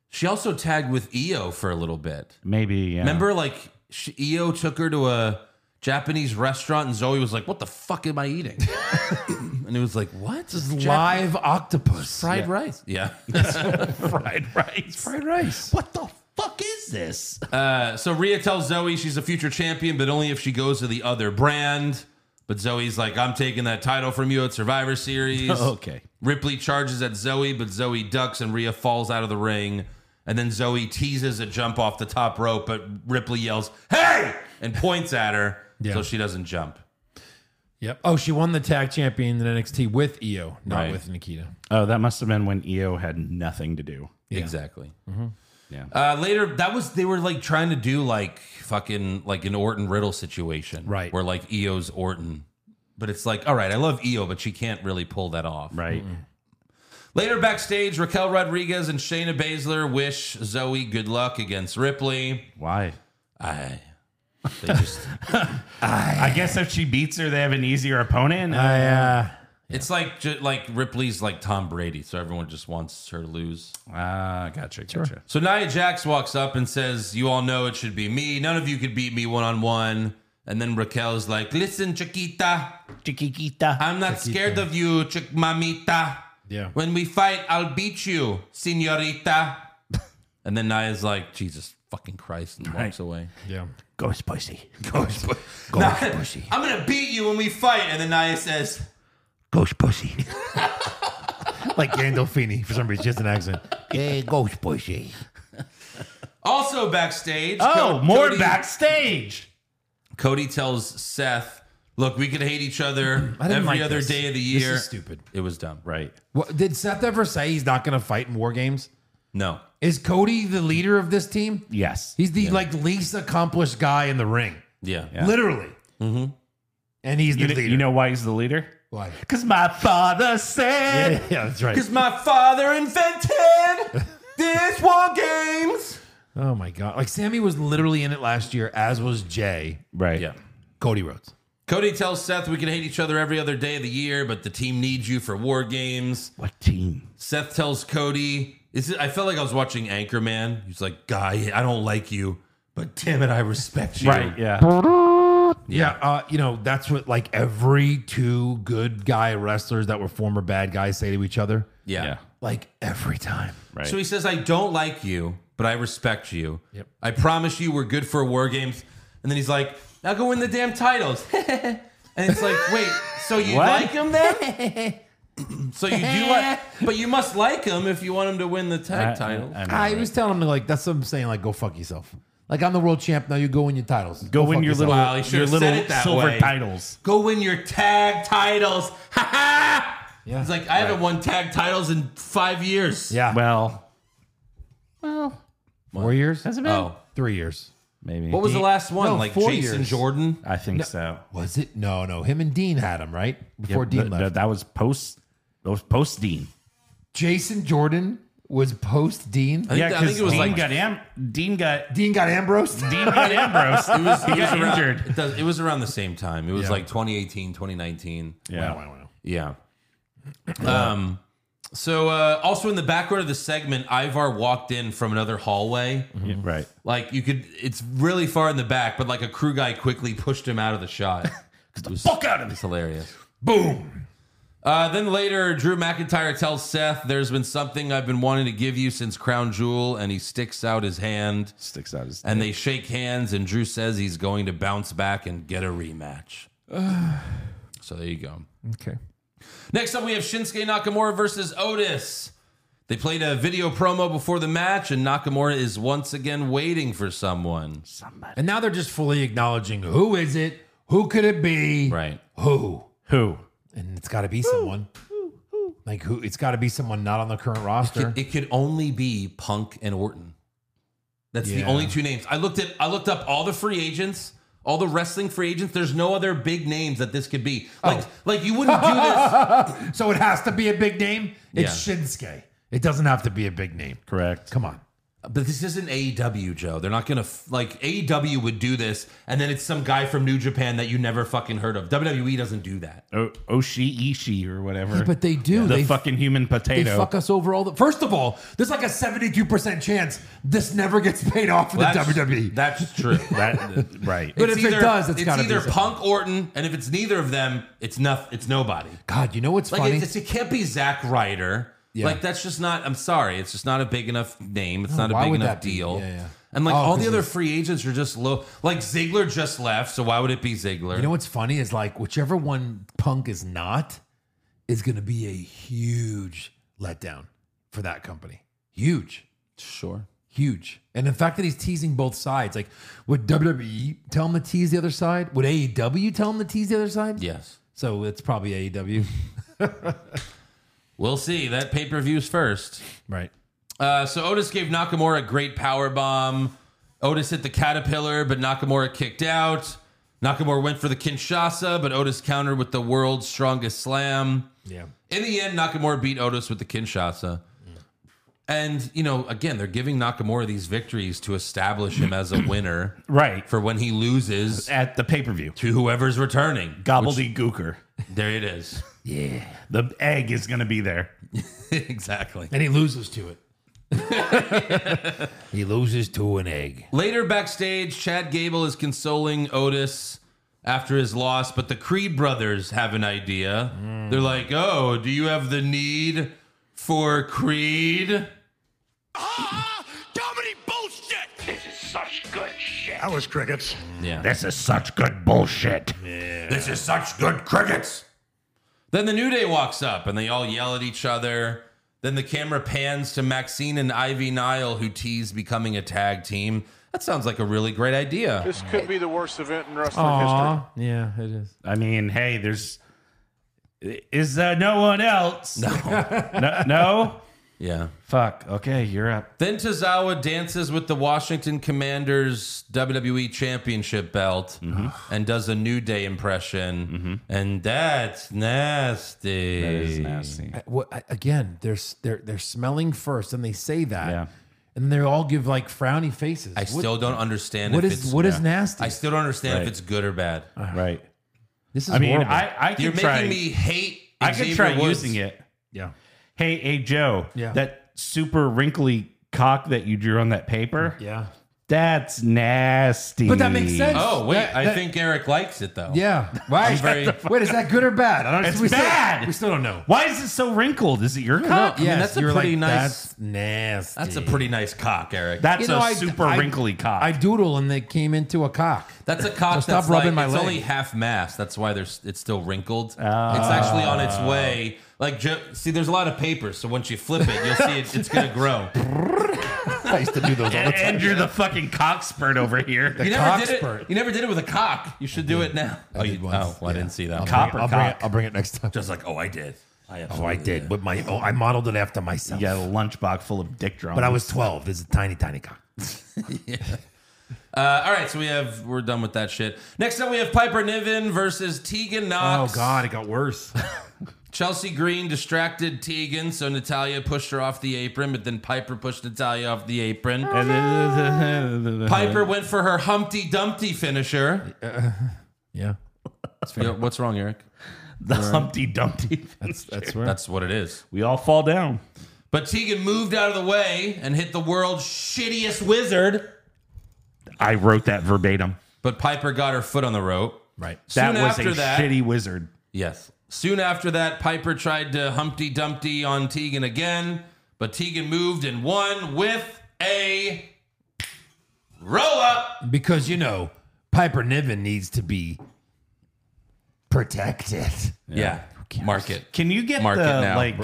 she also tagged with Io for a little bit. Maybe. Yeah. Remember, like she, Io took her to a Japanese restaurant, and Zoe was like, "What the fuck am I eating?" and it was like, "What is Live octopus. fried rice?" Yeah. fried rice? Fried rice. What the fuck is this? Uh, so Rhea tells Zoe she's a future champion, but only if she goes to the other brand. But Zoe's like, "I'm taking that title from you at Survivor Series." Oh, okay. Ripley charges at Zoe, but Zoe ducks and Rhea falls out of the ring. And then Zoe teases a jump off the top rope, but Ripley yells, Hey! and points at her Yeah. so she doesn't jump. Yep. Oh, she won the tag champion in NXT with Io, not Right. with Nikita. Oh, that must have been when EO had nothing to do. Exactly. Yeah. Uh, later, that was, they were like trying to do like fucking like an Orton Riddle situation. Right. Where like Eo's Orton. But it's like, all right, I love Eo, but she can't really pull that off. Right. Later backstage, Raquel Rodriguez and Shayna Baszler wish Zoe good luck against Ripley. Why? I. They just. I guess if she beats her, they have an easier opponent. Oh, Uh, Yeah. It's like ju- like Ripley's like Tom Brady, so everyone just wants her to lose. ah, gotcha, gotcha. So Nia Jax walks up and says, "You all know it should be me. None of you could beat me one on one." And then Raquel's like, "Listen, Chiquita, Uh, Chiquita. I'm not scared of you, Chick Mamita. Yeah. When we fight, I'll beat you, Senorita." and then Naya's like, "Jesus fucking Christ!" and walks away. Yeah. Ghost pussy. Naya, I'm gonna beat you when we fight. And then Naya says, Ghost pussy. like Gandolfini for some reason, just an accent. Yeah, ghost pussy. "Also backstage." Oh, Co- more Cody- backstage. Cody tells Seth, "Look, we could hate each other didn't every like other this. day of the This year." is stupid. It was dumb. Right. What, did Seth ever say he's not going to fight in war games? No. Is Cody the leader of this team? Yes. He's the like least accomplished guy in the ring, Yeah. literally. Mm-hmm. And he's the you, kn- leader. you know why he's the leader? why? Because my father said. Yeah, yeah, that's right. Because my father invented this war games. Oh my god! Like Sammy was literally in it last year, as was Jay. Right. Yeah. Cody Rhodes. Cody tells Seth we can hate each other every other day of the year, but the team needs you for war games. What team? Seth tells Cody, "Is it?" I felt like I was watching Anchorman. He's like, "Guy, I don't like you, but damn it, I respect you." Right. Yeah. Yeah, uh, you know that's what like every two good guy wrestlers that were former bad guys say to each other, Yeah. Yeah. like every time. Right. So he says, "I don't like you, but I respect you. I promise you, we're good for war games." And then he's like, "Now go win the damn titles." and it's like, "Wait, so you What? like him then?" so you do like, but you must like him if you want him to win the tag titles. I- I know, I right? was telling him like that's what I'm saying. Like go fuck yourself. Like I'm the world champ now. You go win your titles. Go win fuck your yourself. little, Wow, he should your have said little it that silver way. titles. go win your tag titles. Ha ha! Yeah. It's like I haven't won tag titles in five years. Yeah, Well, well, four years, Oh, three years. maybe. what was the last one? no, like four Jason years. Jordan. I think so. Was it? No, no. Him and Dean had him right before Yep, Dean th- left. th- that was post. That was post Dean. Jason Jordan was post Dean. I think, I think it was Dean like got am- Dean got Dean got Ambrose. Dean got Ambrose. it was, he it was got around- injured. It, does, it was around the same time. It was like 2018, 2019. Yeah. Yeah. Uh, Um. So uh, also in the background of the segment, Ivar walked in from another hallway. Yeah, Right. Like you could, it's really far in the back, but like a crew guy quickly pushed him out of the shot. it was, Fuck out of it's this. hilarious. Boom. Uh, then later, Drew McIntyre tells Seth, "There's been something I've been wanting to give you since Crown Jewel," and he sticks out his hand, Sticks out his. and they shake hands. And Drew says he's going to bounce back and get a rematch. so there you go. Okay. Next up, we have Shinsuke Nakamura versus Otis. They played a video promo before the match, and Nakamura is once again waiting for someone. And now they're just fully acknowledging who is it? Who could it be? Right. Who? Who? And it's got to be someone. Like who? It's got to be someone not on the current roster. It could only be Punk and Orton. That's the Yeah. only two names. I looked at I looked up all the free agents, all the wrestling free agents. There's no other big names that this could be. Oh. Like like you wouldn't do this. so it has to be a big name. It's Yeah. Shinsuke. It doesn't have to be a big name. Correct. Come on. But this isn't AEW, Joe. They're not gonna f- like AEW would do this, and then it's some guy from New Japan that you never fucking heard of. WWE doesn't do that. O- Oshi Ishi or whatever. But they do. the they fucking human They potato. fuck us over all the. First of all, there's like a 72% chance this never gets paid off in the E. That's- WWE. That's true. that, right. But if it does, it's gotta be either something. Punk Orton, and if it's neither of them, it's not it's nobody. God, you know what's Like funny? it's, it can't be Zack Ryder. Yeah. Like that's just not. I'm sorry, it's just not a big enough name. It's not a why big would enough that be? deal. Yeah, yeah. And like Oh, all the 'cause other it's- free agents are just low. Like Ziggler just left, so why would it be Ziggler? you know what's funny is like whichever one Punk is not is going to be a huge letdown for that company. Huge. sure. Huge. And the fact that he's teasing both sides, like would WWE tell him to tease the other side? Would AEW tell him to tease the other side? Yes, So it's probably E AEW. we'll see. That pay per views first. right. Uh, so Otis gave Nakamura a great power bomb. Otis hit the caterpillar, but Nakamura kicked out. Nakamura went for the Kinshasa, but Otis countered with the world's strongest slam. Yeah. In the end, Nakamura beat Otis with the Kinshasa. And, you know, again, they're giving Nakamura these victories to establish him as a winner Right. for when he loses At the pay per view. to whoever's returning. Gobbledygooker. There it is. The egg is going to be there. exactly. And he loses to it. he loses to an egg. Later backstage, Chad Gable is consoling Otis after his loss, but the Creed brothers have an idea. Mm. They're like, "Oh, do you have the need for Creed?" Ah, That was crickets. Yeah. This is such good bullshit. This is such good crickets. Then the New Day walks up and they all yell at each other. Then the camera pans to Maxine and Ivy Nile, who tease becoming a tag team. That sounds like a really great idea. This could be the worst event in wrestling history. Aw, yeah, it is. I mean, hey, there's is there no one else? no, no? Yeah. Fuck. Okay, you're up. Then Tozawa dances with the Washington Commanders WWE Championship belt Mm-hmm. and does a New Day impression. And that's nasty. That is nasty. I- what- I- again, they're s- they're they're smelling first, and they say that, Yeah. and they all give like frowny faces. I still don't understand What if is it's what is nasty? I still don't understand if Right. it's good or bad. Right. this is I mean, horrible. I I can You're making try. me hate I could Xavier try Woods. using it. yeah. Hey, hey, Joe. Yeah. That super wrinkly cock that you drew on that paper. Yeah. That's nasty. But that makes sense. Oh, wait. That- I that- think Eric likes it, though. Yeah. Why? I'm very- Wait, is that good or bad? I don't It's we bad. Still, we still don't know. Why is it so wrinkled? Is it your cock? Yeah, mean, that's a pretty nice- That's nasty. That's a pretty nice cock, Eric. That's You know, a I- super I- wrinkly cock. I doodle and they came into a cock. That's a cock So stop that's rubbing like, my it's leg. Ah. only half mast. That's why there's it's still wrinkled. It's actually on its way. Like Joe, see, there's a lot of paper, so once you flip it, you'll see it, it's gonna grow. I used to do those all the time. Andrew, the fucking cockspert over here. You cock never did it. spurt. You never did it with a cock. You should do it now. oh, did you, once, oh, well, I yeah. didn't see that. one. Copper I'll bring, it, cock. I'll bring it next time. Just like, oh, I did. I Oh, I did. But my oh, I modeled it after myself. You got a lunchbox full of dick drums. But I was 12. This is a tiny, tiny cock. Uh, all right, so we have we're done with that shit. Next up, we have Piper Niven versus Tegan Knox. it got worse. Chelsea Green distracted Tegan, so Natalia pushed her off the apron, but then Piper pushed Natalia off the apron. Piper went for her Humpty Dumpty finisher. yeah. Yo, what's wrong, Eric? the Humpty Dumpty. That's, that's right. That's what it is. We all fall down. But Tegan moved out of the way and hit the world's shittiest wizard. I wrote that verbatim. But Piper got her foot on the rope. Right. That Soon was after a that- shitty wizard. Yes. Soon after that, Piper tried to Humpty Dumpty on Tegan again, but Tegan moved and won with a roll up. Because, you know, Piper Niven needs to be protected. Yeah. Market. Can you get Mark the it now. like?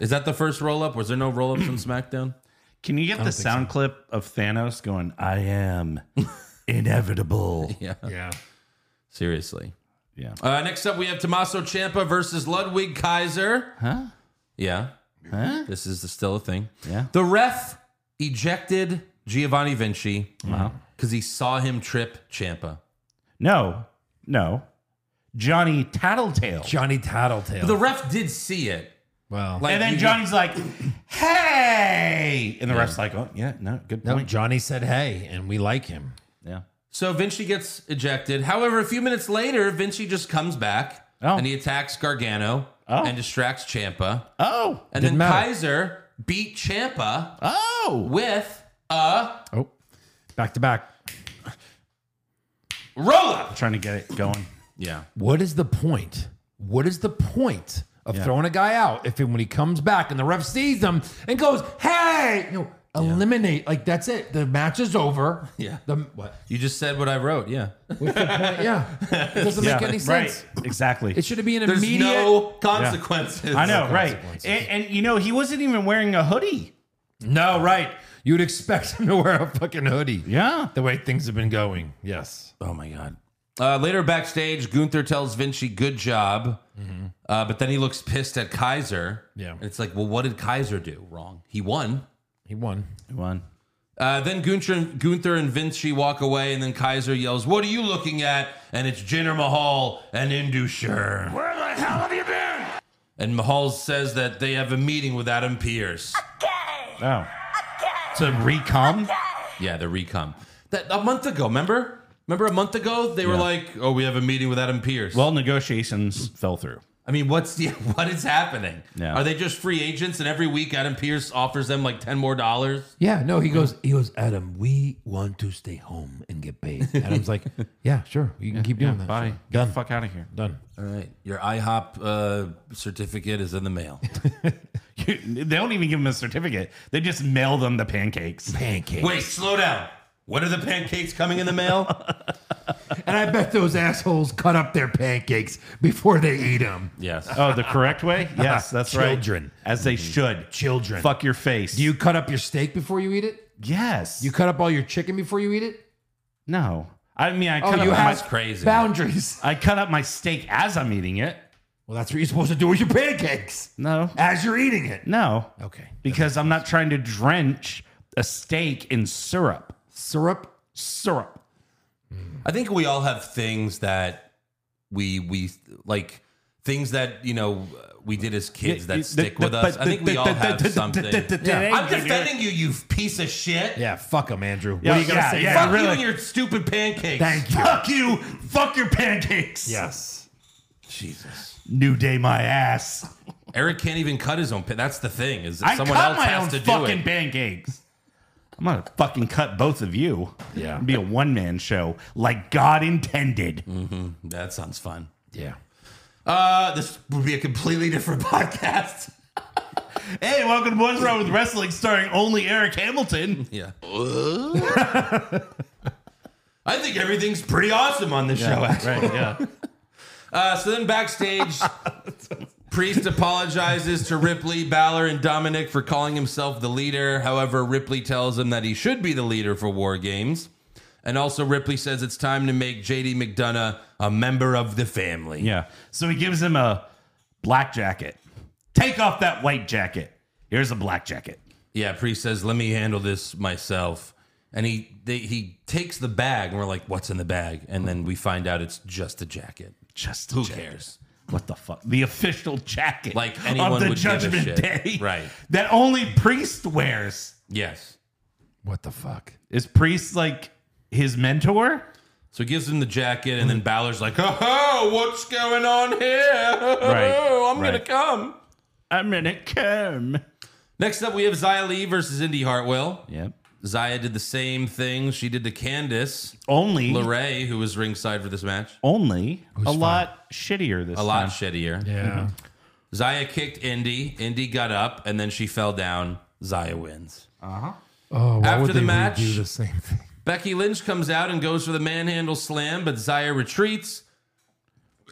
Is that the first roll up? Was there no roll ups on SmackDown? Can you get the sound clip of Thanos going, "I am inevitable"? Yeah. Yeah. Seriously. Yeah. Uh, next up, we have Tommaso Ciampa versus Ludwig Kaiser. Huh? Yeah. Huh? This is still a thing. Yeah. The ref ejected Giovanni Vinci because he saw him trip Ciampa. No, no. Johnny Tattletale. Johnny Tattletale. The ref did see it. well, Like, and then you- Johnny's like, "Hey," and the ref's like, "Oh yeah, no, good no, point." Johnny said, hey, and we like him. yeah. So Vinci gets ejected. However, a few minutes later, Vinci just comes back Oh. and he attacks Gargano and distracts Champa. Oh, and then didn't matter. Kaiser beat Champa oh. with a Oh, back to back. roll up. Trying to get it going. Yeah. What is the point? What is the point of throwing a guy out if it, when he comes back and the ref sees him and goes, hey, you know, eliminate? Like, that's it. The match is over. Yeah. The, what? You just said what I wrote. Yeah. Yeah. It doesn't make any sense. Right. Exactly. It should be an There's immediate. no consequences. I know, right? And, and you know, he wasn't even wearing a hoodie. No, right. You would expect him to wear a fucking hoodie. Yeah. The way things have been going. Yes. Oh my god. Uh, later backstage, Gunther tells Vinci, "Good job," uh, but then he looks pissed at Kaiser. Yeah. And it's like, well, what did Kaiser do wrong? He won. He won. One. Uh, then Gunther, Gunther and Vinci walk away, and then Kaiser yells, "What are you looking at?" And it's Jinder Mahal and Indusher. Where the hell have you been? And Mahal says that they have a meeting with Adam Pierce. Oh. To recom? Yeah, the recom. That a month ago, remember? Remember a month ago they were like, "Oh, we have a meeting with Adam Pierce." Well, negotiations fell through. I mean, what's the what is happening? Yeah. Are they just free agents and every week Adam Pierce offers them like ten more dollars? Yeah, no, he goes, he goes, Adam, we want to stay home and get paid. Adam's like, yeah, sure. You can keep doing that. Bye. Get Done. the fuck out of here. Done. All right, your IHOP uh, certificate is in the mail. they don't even give them a certificate. They just mail them the pancakes. Pancake. Wait, slow down. When are the pancakes coming in the mail? And I bet those assholes cut up their pancakes before they eat them. yes. Oh, the correct way? Yes, that's right. Children. Mm-hmm. As they should. Children. Fuck your face. Do you cut up your steak before you eat it? Yes. You cut up all your chicken before you eat it? No. I mean, I cut, Oh, you up have my, That's crazy. Boundaries. I cut up my steak as I'm eating it. Well, that's what you're supposed to do with your pancakes No. as you're eating it. No. Okay. Because I'm not trying to drench a steak in syrup. Syrup. Syrup. I think we all have things that we we like things that you know we did as kids that The- stick the- with us. but I think we the- all the- have the- the- something. the- the- the- I'm defending you, you piece of shit. Yeah, fuck them, Andrew. Yeah, what are you gonna yeah, say? yeah, Fuck you really. and your stupid pancakes. Thank you. Fuck you. Fuck your pancakes. Yes. Jesus. New day my ass. Eric can't even cut his own. Pa- That's the thing is that I someone cut else my has own to do fucking it. pancakes. I'm gonna fucking cut both of you. Yeah. It'd be a one man show like God intended. Mm. that sounds fun. Yeah. Uh, this would be a completely different podcast. Hey, welcome to What's Wrong with Wrestling, starring only Eric Hamilton. Yeah. I think everything's pretty awesome on this show. Actually. Right, yeah. Uh, so then backstage, Priest apologizes to Ripley, Balor, and Dominic for calling himself the leader. However, Ripley tells him that he should be the leader for War Games. And also, Ripley says it's time to make JD McDonough a member of the family. Yeah. So he gives him a black jacket. Take off that white jacket. Here's a black jacket. Yeah, Priest says, "Let me handle this myself." And he they, he takes the bag, and we're like, "What's in the bag?" And then we find out it's just a jacket. Just Who a jacket. cares? What the fuck? The official jacket Like anyone of the would give a Judgment shit. Day, Right. That only priest wears. Yes. What the fuck? Is priest like his mentor? So he gives him the jacket, and then Balor's like, "Oh, what's going on here? Right, I'm gonna right. come." I'm gonna come. Next up, we have Zia Lee versus Indy Hartwell. Yep. Zia did the same thing she did to Candice Only, LeRae, who was ringside for this match. only a lot shittier this A time. lot shittier. Yeah. Zaya kicked Indy. Indy got up, and then she fell down. Zaya wins. Oh, why After would the they match- redo the same thing? Becky Lynch comes out and goes for the manhandle slam, but Zaya retreats.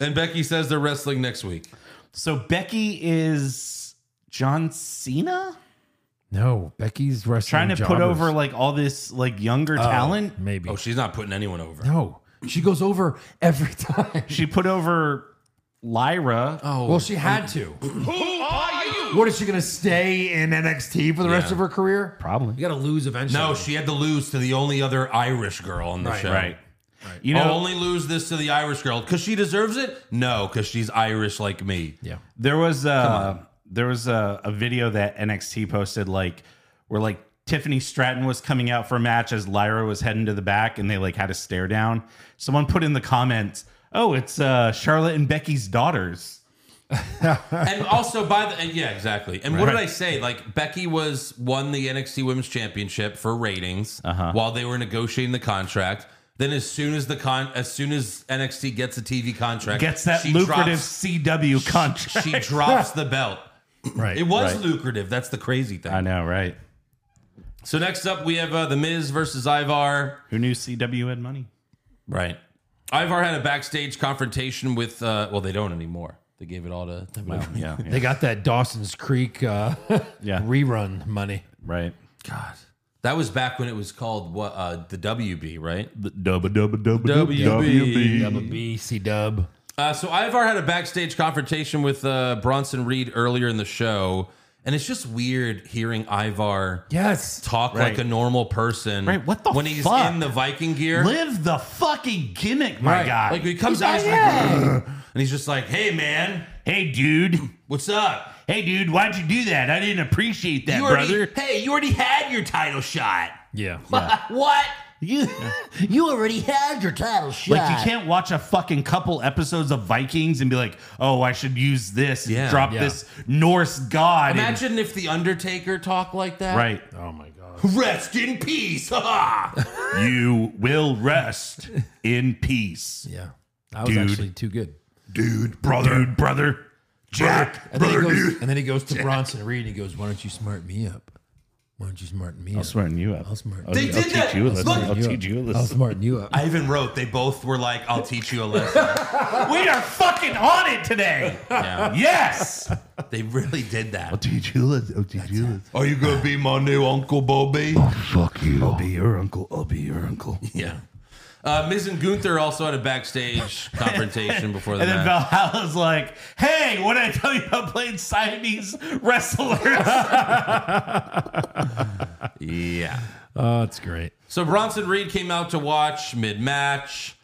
And Becky says they're wrestling next week. So Becky is John Cena No, Becky's wrestling. trying to put jobbers. over like all this like younger talent. maybe. Oh, she's not putting anyone over. no, she goes over every time. She put over Lyra. Oh, well, she had to. Who are you? What is she going to stay in NXT for the rest Yeah. of her career? Probably. You got to lose eventually. No, she had to lose to the only other Irish girl on the show. Right. You You know, only lose this to the Irish girl because she deserves it. No, because she's Irish like me. yeah. there was uh there was a, a video that NXT posted like where like Tiffany Stratton was coming out for a match as Lyra was heading to the back and they like had a stare down. Someone put in the comments, "Oh, it's uh Charlotte and Becky's daughters." and also by the and yeah exactly and what did i say like becky was won the nxt women's championship for ratings Uh-huh. while they were negotiating the contract then as soon as the con as soon as nxt gets a tv contract Gets that she lucrative drops, CW contract. she drops the belt Right. it was lucrative that's the crazy thing I know, right? so next up we have uh, the miz versus ivar Who knew CW had money? right ivar had a backstage confrontation with uh, well they don't anymore they gave it all to WWE. Yeah, yeah, They got that Dawson's Creek uh, yeah, rerun money. right. god that was back when it was called what uh, the wb right Dubba dubba dubba WB. B C Dub. Uh, so Ivar had a backstage confrontation with uh, Bronson Reed earlier in the show, and it's just weird hearing Ivar Yes. talk like Right. a normal person. Right, what the when he's fuck? in the Viking gear? Live the fucking gimmick, my Right. guy. Like he comes out, he's like, and he's just like, "Hey man, hey, dude. what's up? Hey, dude. Why'd you do that? I didn't appreciate that, You brother. already, hey, you already had your title shot. Yeah. What? You, you already had your title shot. Like you can't watch a fucking couple episodes of Vikings and be like, oh, I should use this, and Yeah. drop Yeah. this Norse god. in- Imagine if the Undertaker talked like that. Right. Oh my god. Rest in peace. Ha ha. you will rest in peace. Yeah. That was actually too good. Dude, brother. Dude, brother. Jack, And then, he goes, and then he goes to Bronson Reed and he goes, Why don't you smarten me up? Why don't you smarten me up? I'll smarten you up. I'll smarten They did that. Look- I'll smarten you up. I even wrote. They both were like, "I'll teach you a lesson." we are fucking on it today. Yeah. Yes. They really did that. I'll teach you a lesson. I'll teach you a lesson. Are you gonna be my new Uncle Bobby? Fuck you. I'll be your uncle. I'll be your uncle. Yeah. Uh, Miz and Gunther also had a backstage confrontation before the and then match. Valhalla's like, hey, what did I tell you about playing Siamese wrestlers? yeah. Oh, it's great. So Bronson Reed came out to watch mid match.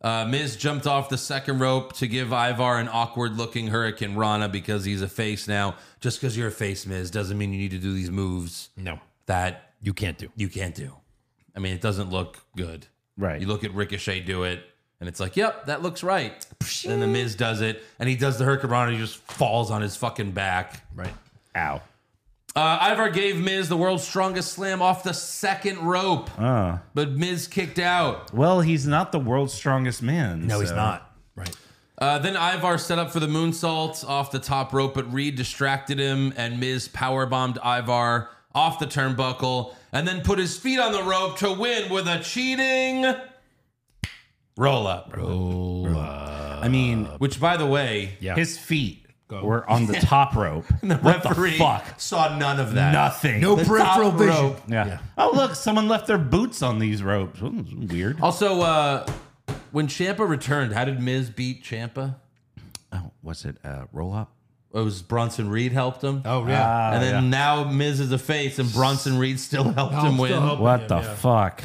Uh, Miz jumped off the second rope to give Ivar an awkward looking Hurricane Rana because he's a face now. Just because you're a face, Miz, doesn't mean you need to do these moves. No. That you can't do. You can't do. I mean, it doesn't look good. Right. You look at Ricochet do it, and it's like, yep, that looks right. Then the Miz does it, and he does the Hurricane Rana, and he just falls on his fucking back. Right. Ow. Uh, Ivar gave Miz the world's strongest slam off the second rope, Ah. but Miz kicked out. well, he's not the world's strongest man. No, he's so- not. Uh, then Ivar set up for the moonsault off the top rope, but Reed distracted him, and Miz powerbombed Ivar off the turnbuckle, and then put his feet on the rope to win with a cheating roll up. Roll up. I mean, which by the way, His feet were on the top rope. the what the referee fuck? saw none of that. Nothing. The top rope. Yeah. Oh, look, someone left their boots on these ropes. Ooh, Weird. Also, uh, when Champa returned, how did Miz beat Champa? Oh, was it uh, roll up? It was Bronson Reed helped him. Oh, yeah. Ah, and then yeah. Oh, now Miz is a face, and Bronson Reed still helped No, him still win. helping What him, the yeah. fuck?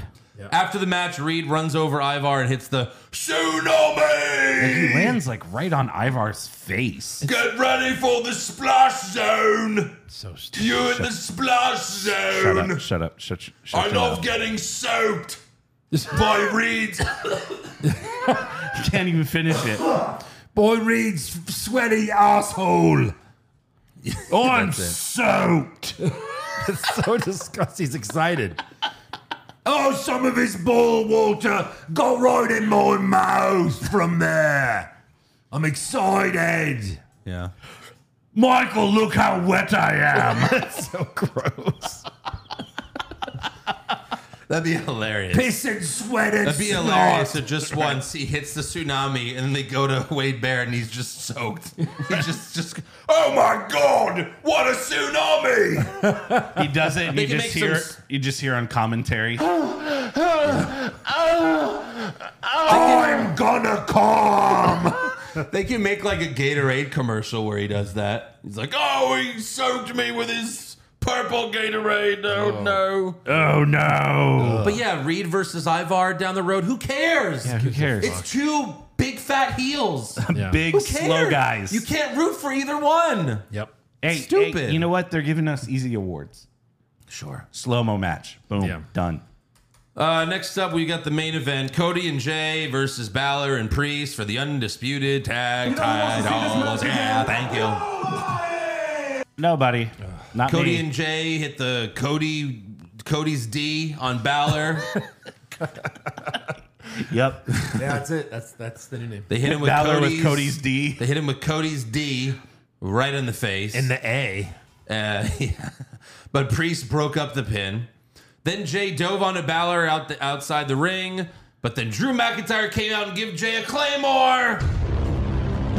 After the match, Reed runs over Ivar and hits the tsunami. Like, he lands like right on Ivar's face. Get ready for the splash zone. So stupid. You in Shut- the splash Shut zone. up! Shut up! Shut shut, I shut love up. getting soaked by Reed. Can't even finish it. Boy Reed's sweaty asshole. I'm That's it. soaked. It's so disgusting. He's excited. Oh, some of his ball water got right in my mouth from there. I'm excited. Yeah. Michael, look how wet I am. That's so gross. That'd be hilarious. Piss and sweat and That'd be snot. hilarious if just once he hits the tsunami and then they go to Wade Barrett and he's just soaked. He's just just Oh my god, what a tsunami! He does it. And They you can just make hear. some You just hear on commentary. I'm gonna come. They can make like a Gatorade commercial where he does that. He's like, "Oh, he soaked me with his purple Gatorade." Oh, no. Oh no. But yeah, Reed versus Ivar down the road. Who cares? Yeah, who cares? It's two big fat heels. Big Who slow cares? guys. You can't root for either one. Yep. Hey, Stupid. hey, you know what? They're giving us easy awards. Sure. Slow mo match. Boom. Yeah. Done. Uh, next up, we got the main event: Cody and Jay versus Balor and Priest for the undisputed tag titles. Yeah, thank you. Nobody. Not Cody me. and Jay hit the Cody Cody's D on Balor. yep. Yeah, that's it. That's that's the new name. they hit him with Balor Cody's, with Cody's D. They hit him with Cody's D right in the face. In the A. Uh, yeah. But Priest broke up the pin. Then Jay dove onto Balor out the, outside the ring. But then Drew McIntyre came out and gave Jay a claymore.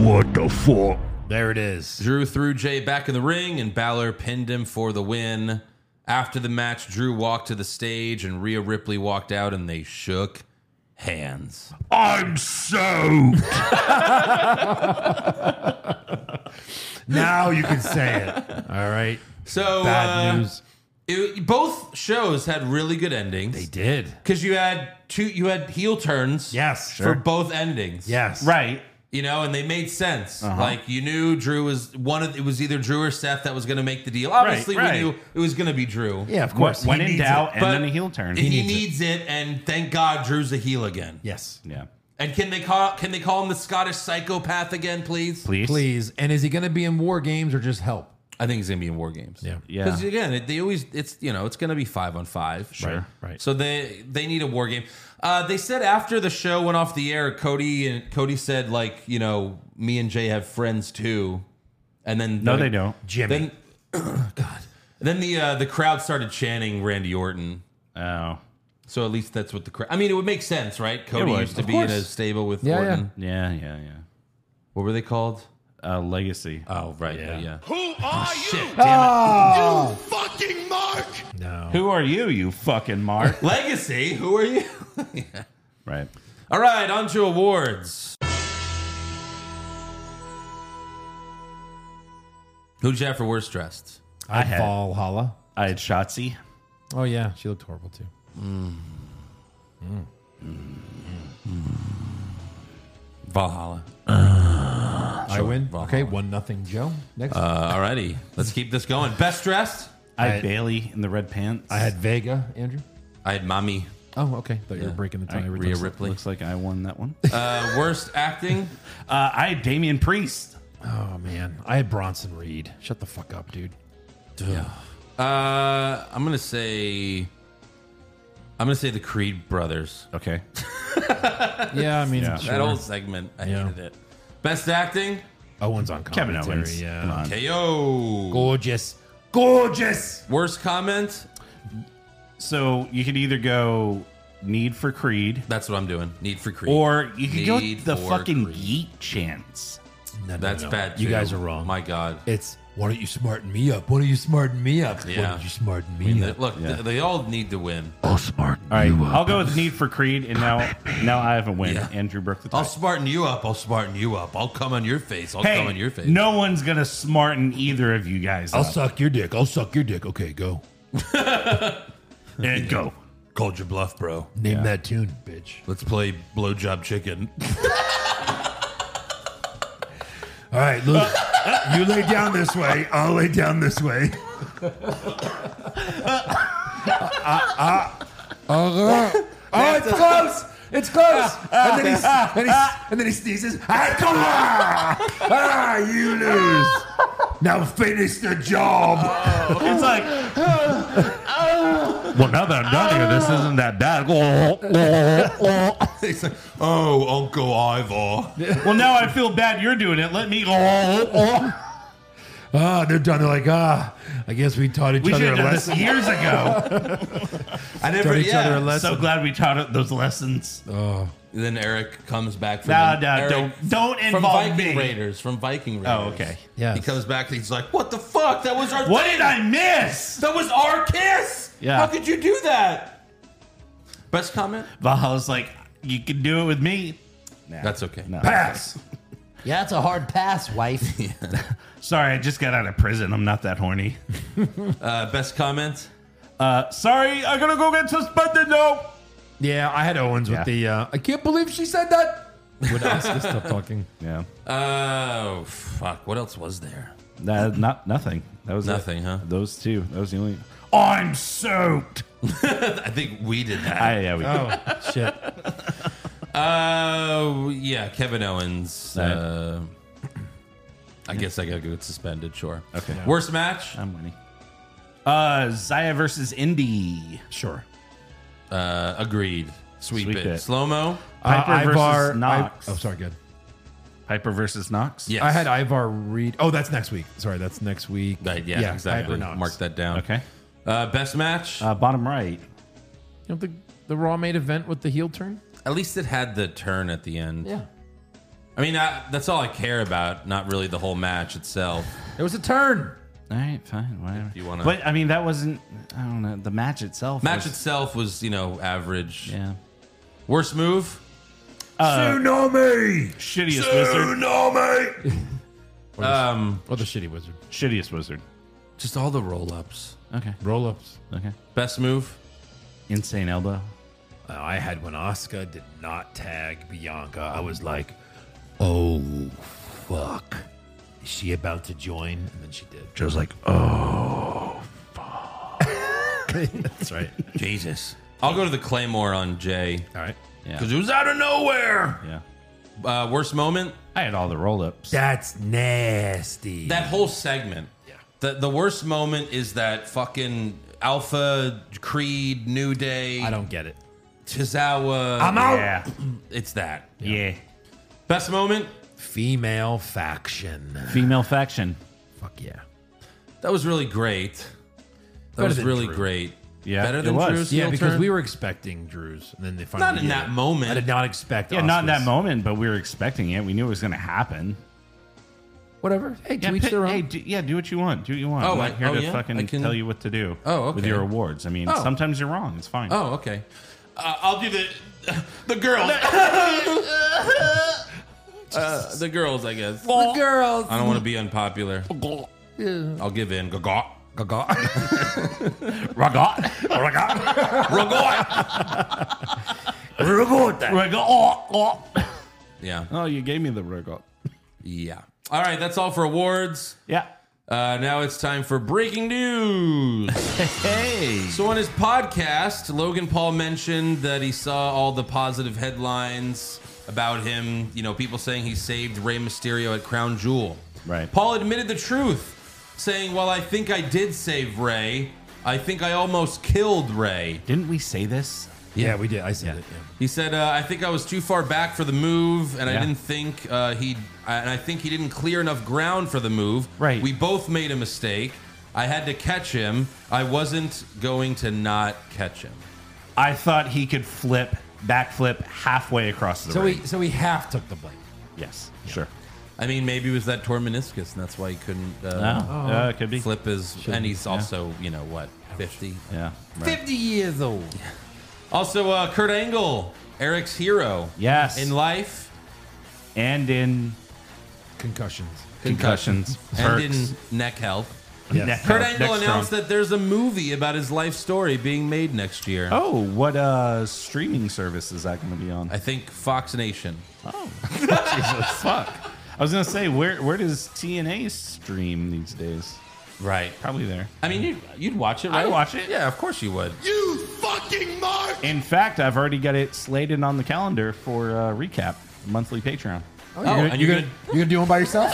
What the fuck? There it is. Drew threw Jay back in the ring, and Balor pinned him for the win. After the match, Drew walked to the stage, and Rhea Ripley walked out, and they shook hands. I'm soaked. Now you can say it. All right. So Bad uh, news. it- both shows had really good endings. They did. because you had two, you had heel turns Yes. for both endings. Yes. Right. You know, and they made sense. Uh-huh. Like you knew Drew was one of it was either Drew or Seth that was going to make the deal. Obviously, right. we knew it was going to be Drew. Yeah, of When- course. when He in needs doubt, it. and then a heel turn. He, He needs, needs it. and thank God Drew's a heel again. Yes. Yeah. And can they call can they call him the Scottish psychopath again, please? Please. Please. And is he going to be in war games or just help? I think he's gonna be in war games. Yeah. Because again, it- they always it's you know it's going to be five on five. Sure. Right. So they they need a war game. Uh, they said after the show went off the air, Cody and Cody said like you know me and Jay have friends too, and then No, they don't. Jimmy. Then, God. Then the uh, the crowd started chanting Randy Orton. Oh. So at least that's what the crowd. I mean, it would make sense, right? Cody would. used to Of be course. in a stable with Yeah, yeah. Orton. Yeah, yeah, yeah. What were they called? Uh, Legacy. Oh, right. Yeah. yeah. Who are you? Damn it. You fucking mark! Oh. Who are you, you fucking Mark? Legacy. Who are you? Yeah. Right. All right, on to awards. Who'd you have for worst dressed? I had- Valhalla. I had Shotzi. Oh, yeah. She looked horrible, too. Valhalla. I Sure, win. Valhalla. Okay. One nothing, Joe. Next. Uh, alrighty, let's keep this going. Best dressed. I had Bailey in the red pants. I had Vega, Andrew. I had mommy. Oh, okay. Thought you Yeah. were breaking the tie. All right, Rhea looks- Ripley. Looks like I won that one. Uh, worst acting. Uh, I had Damian Priest. Oh man, I had Bronson Reed. Shut the fuck up, dude. Uh, I'm gonna say. I'm gonna say the Creed brothers. Okay. Yeah, I mean, That whole segment, I hated it. Best acting. Owens on commentary. Kevin Owens. Yeah. Come on. KO. Gorgeous, gorgeous. Worst comment. So you could either go Need for Creed, That's what I'm doing. Need for Creed. or you could go Need with the for fucking Creed. Yeet chance. No, no, That's no. bad. You too. guys are wrong. My God. It's why don't you smarten me up? Why don't you smarten me up? Why Yeah. don't you smarten I mean, me th- up? look, th- they all need to win. Oh, smarten All right, you up. I'll go with Need for Creed, and now now I have a win. Yeah. Andrew broke the tie. I'll smarten you up. I'll smarten you up. I'll come on your face. I'll come on your face. no one's gonna smarten either of you guys. I'll up. suck your dick. I'll suck your dick. Okay, go. and go. Called your bluff, bro. Name that tune, bitch. Let's play blowjob chicken. All right, look. You lay down this way. I'll lay down this way. oh, it's close. It's close. And then he, and he, and then he sneezes. Ah, come on! Ah, you lose. Now finish the job. It's like, well, now that I'm done here, Ah. this isn't that oh, bad. well, He's like, oh, Uncle Ivor. now I feel bad. You're doing it. Let me. oh. Ah, they're done. They're like, ah, I guess we taught each We should other a have done lesson. this years ago. I never. Taught each other a Yeah. lesson. so glad we taught those lessons. Oh. Then Eric comes back. From No, the- no, Eric don't- don't from involve Viking me. Raiders. From Viking Raiders. Oh, okay. Yes. He comes back and he's like, "What the fuck? That was our. What thing. did I miss? That was our kiss. Yeah. How could you do that? Best comment. Valhalla's like, you can do it with me. That's okay. No. Pass. Yeah, that's a hard pass, wife. Sorry, I just got out of prison. I'm not that horny. Uh, best comment. Uh, sorry, I'm gonna go get suspended now. Yeah, I had Owens Yeah. with the. Uh, I can't believe she said that. Would ask us to stop talking. Yeah, Oh fuck! What else was there? that, not nothing. That was it. Nothing, huh? Those two. That was the only. I'm soaked. I think we did that. I, Ah, yeah, we Oh shit! Oh yeah, Kevin Owens. Right. Uh, I guess I gotta get suspended. Sure. Okay. Worst match. I'm winning. Uh, Zaya versus Indy. Sure. Uh, agreed. Sweep, Sweep it. it. Slow mo. Piper Uh, versus Ivar- Knox. I- oh, sorry. Good. Piper versus Knox. Yes. I had Ivar Reed. Oh, that's next week. Sorry, that's next week. Right, yeah, exactly. Ivar Knox. Mark that down. Okay. Uh, best match. Uh, bottom right. You know the the Raw main event with the heel turn. at least it had the turn at the end. Yeah, I mean, I, that's all I care about. Not really the whole match itself. it was a turn. All right, fine, whatever. you wanna- But I mean, that wasn't. I don't know. The match itself. Match was- itself was, you know, average. Yeah. Worst move. Tsunami. Shittiest wizard. Tsunami. Um, Oh, the shitty wizard Shittiest wizard. just all the roll ups. Okay. roll ups. Okay. Best move. Insane elbow. Uh, I had when Oscar did not tag Bianca. I was like, oh, fuck. Is she about to join? And then she did. Joe's like, oh. That's right. Jesus. I'll go to the Claymore on Jay. All right. Yeah. Because it was out of nowhere. Yeah. Uh, worst moment? I had all the roll ups. That's nasty. That whole segment. Yeah. The, the worst moment is that fucking Alpha, Creed, New Day. I don't get it. Tizawa. I'm out. Yeah. It's that. Yeah. Best moment? Female faction. Female faction. Fuck yeah. That was really great. That Better was than really Drew. great. Yeah, Better it than was. Drew's. Yeah, heel because turn? we were expecting Drew's, and then they finally Not in did that it. moment. I did not expect. Yeah, not in that Oscar's. moment, but we were expecting it. We knew it was going to happen. Whatever. Hey, to yeah, each pick- their own. hey, do, yeah, do what you want. Do what you want. Oh, I'm not I- here oh, to yeah? I fucking can- tell you what to do Oh, okay. with your awards. I mean, Oh. sometimes you're wrong. It's fine. Oh, okay. Uh, I'll do the the girls. Uh, the girls, I guess. the girls. I don't want to be unpopular. Yeah. I'll give in. Gaga. Gaga. Ragot. Ragot. "Oh, Ragot. Yeah. Oh, you gave me the ragot. Yeah. All right, that's all for awards. Yeah. Uh, now it's time for breaking news. hey. So on his podcast, Logan Paul mentioned that he saw all the positive headlines about him. You know, people saying he saved Rey Mysterio at Crown Jewel. Right. Paul admitted the truth, saying, "Well, I think I did save Rey. I think I almost killed Rey." Didn't we say this? yeah, we did. I said it. Yeah. He said, uh, "I think I was too far back for the move, and I Yeah. didn't think uh, he, and I think he didn't clear enough ground for the move. Right. We both made a mistake. I had to catch him. I wasn't going to not catch him. I thought he could flip, backflip halfway across the So ring. we so we half took the blame. yes, sure. I mean, maybe it was that torn meniscus, and that's why he couldn't uh, Uh, it could be. flip his. And he's also, you know, what, fifty? Yeah. Right. Fifty years old. Also, uh, Kurt Angle, Eric's hero. Yes. In life, and in Concussions. concussions. and perks. in neck health. Neck- Kurt neck Angle strong. announced that there's a movie about his life story being made next year. Oh, what uh streaming service is that going to be on? I think Fox Nation. Jesus fuck. I was gonna say where where does TNA stream these days? Right. Probably there. I mean, you'd, you'd watch it, I'd right? watch it. Yeah, of course you would. You fucking mark! In fact, I've already got it slated on the calendar for uh, recap monthly Patreon. Oh, Oh, and you're, gonna, you're you're, gonna, you're gonna do them by yourself?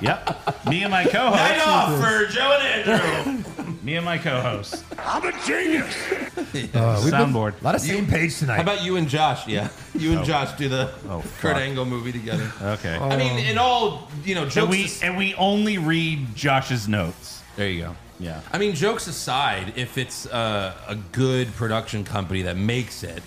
Yep, me and my co-host. off for Joe and Andrew. me and my co-host. I'm a genius. Uh, Soundboard. A lot of same page tonight. How about you and Josh? Yeah, you and Josh do the Oh, Kurt fuck. Angle movie together. Okay. I mean, in all you know, and jokes. we as- and we only read Josh's notes. there you go. Yeah. I mean, jokes aside, if it's uh, a good production company that makes it,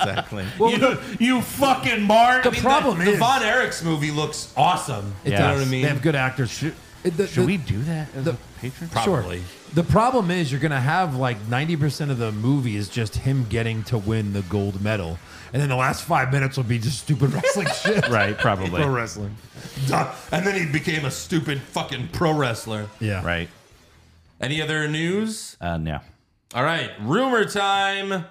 exactly. you, you fucking Mark. the problem the, is the Von Erichs movie looks awesome. It you know does. what I mean? they have good actors. Shoot. It- the- Should the- we do that as the- a patron? Probably. The problem is you're gonna have like ninety percent of the movie is just him getting to win the gold medal, and then the last five minutes will be just stupid wrestling shit. Right, probably. Pro wrestling. Duh. And then he became a stupid fucking pro wrestler. Yeah. Right. Any other news? Uh, no. All right, rumor time.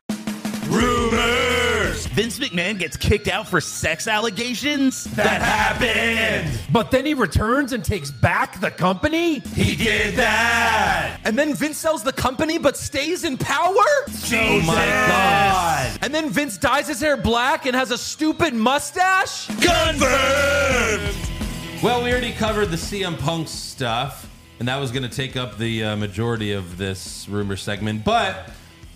Vince McMahon gets kicked out for sex allegations? That happened. But then he returns and takes back the company. He did that. And then Vince sells the company but stays in power? Oh my god. And then Vince dyes his hair black and has a stupid mustache? Well, we already covered the CM Punk stuff, and that was going to take up the uh, majority of this rumor segment. But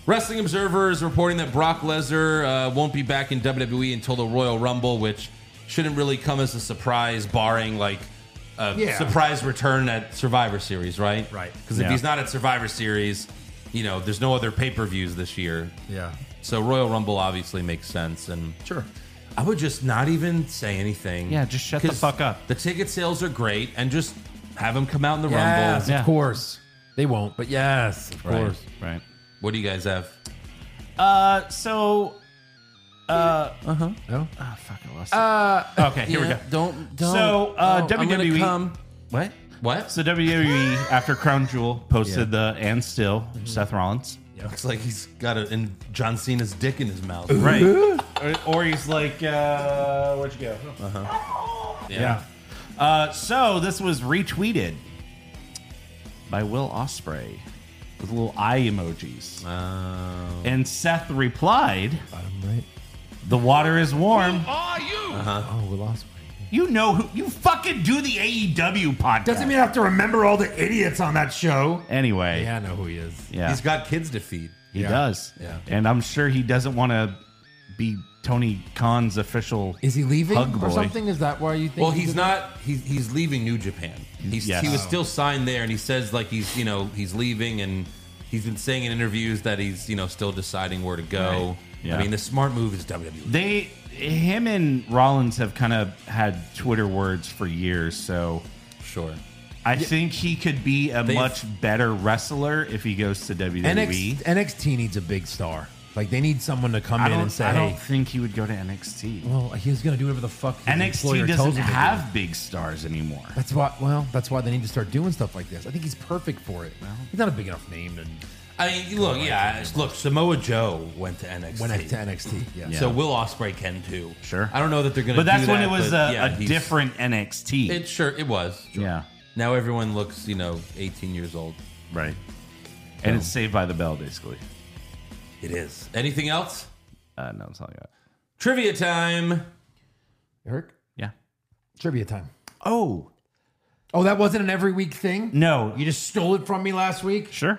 Wrestling Observer is reporting that Brock Lesnar uh, won't be back in WWE until the Royal Rumble, which shouldn't really come as a surprise, barring like a Yeah. surprise return at Survivor Series, right? Right. Because if Yeah. he's not at Survivor Series, you know, there's no other pay per views this year. Yeah. So Royal Rumble obviously makes sense, and Sure. I would just not even say anything. Yeah, just shut the 'Cause fuck up. The ticket sales are great, and just have them come out in the Yes, rumble. Yeah. of course. They won't, but yes, of Right. course. Right. What do you guys have? Uh, so. Uh, No? oh, fuck, I lost. Uh, okay, here we go. Don't don't- So, uh, no, I'm gonna WWE come. What? What? E, So WWE after Crown Jewel posted the and still Seth Rollins Looks like he's got a, in John Cena's dick in his mouth. Right. or, or he's like, uh, where'd you go? Uh-huh. Yeah. Uh, so this was retweeted by Will Osprey with little eye emojis. And Seth replied, right. "The water is warm." are you? Oh, Will Osprey. You know who? You fucking do the AEW podcast. Doesn't mean I have to remember all the idiots on that show. Anyway, Yeah, I know who he is. Yeah. He's got kids to feed. he does. Yeah. And I'm sure he doesn't want to be Tony Khan's official. Is he leaving Hug or boy. something? Is that why you think? Well, he he's did not. He's he's leaving New Japan. He's Yes. he was Oh. still signed there, and he says like he's you know he's leaving, and he's been saying in interviews that he's you know still deciding where to go. Right. Yeah. I mean, the smart move is E, WWE. They, him and Rollins have kind of had Twitter words for years, so Sure. I think he could be a They've- much better wrestler if he goes to E. WWE. NXT, NXT needs a big star. Like they need someone to come I in don't, and say, I don't "Hey, think he would go to NXT. well, he's going to do whatever the fuck." his employer NXT tells doesn't him to do." have big stars anymore. That's why. Well, that's why they need to start doing stuff like this. I think he's perfect for it. he's not a big enough name and I mean, look, yeah, look, Samoa Joe went to NXT. went to NXT. Yeah. So Will Osprey can too. Sure. I don't know that they're going to. But that's do when that, it was uh, but a, yeah, a he's- different NXT. It sure it was. yeah, Now everyone looks you know 18 years old. right. And it's Saved by the Bell, basically. It is. Anything else? Uh, no, it's all I got. Trivia time. Eric, Yeah. trivia time. Oh Oh, that wasn't an every week thing. no, You just stole it from me last week. sure?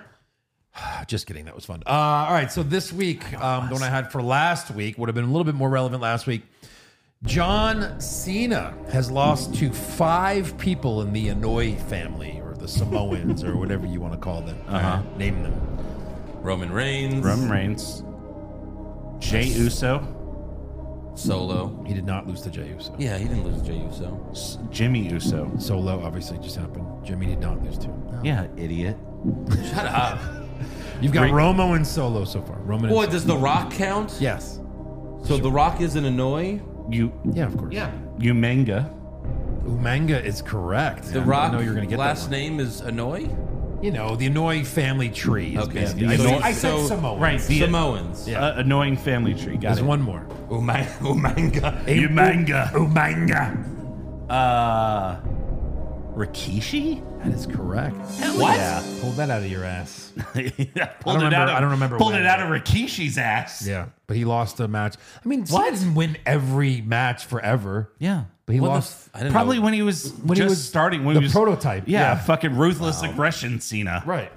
Just kidding. That was fun. Uh, all right. So this week, um, the one I had for last week would have been a little bit more relevant last week. John Cena has lost to five people in the Hanoi family or the Samoans or whatever you want to call them. Uh-huh. Name them. Roman Reigns. Roman Reigns, Jay Uso, Solo. He did not lose to Jey Uso. Yeah, he didn't lose to Jey Uso. S- Jimmy Uso. Solo obviously just happened. Jimmy did not lose to. him. Yeah, idiot. Shut up. You've got Rick- Romo and Solo so far. Roman. Boy, and does The Rock count? yes. So The Rock is an Hanoi. You, Yeah, of course. you manga. Umanga is correct. The I didn't Rock. know you were going to get last that one. name is Hanoi. You know the Hanoi family tree. is Okay. basically- Yeah, I, so- said- I said so- Samoan. Right, the Samoans. Oh, uh, annoying family tree. Got There's it. one more. Umang- Umanga. you manga. Umanga. Uh, Rikishi? That is correct. What? Pull that out of your ass. I, don't remember- I don't remember Pulled when. it out of Rikishi's ass. Yeah, but he lost a match. I mean, Cena didn't win every match forever. Yeah. but he What the lost. f- I didn't Probably know. when he was when he just was starting when the he was prototype, Yeah, yeah. fucking ruthless aggression Cena. right.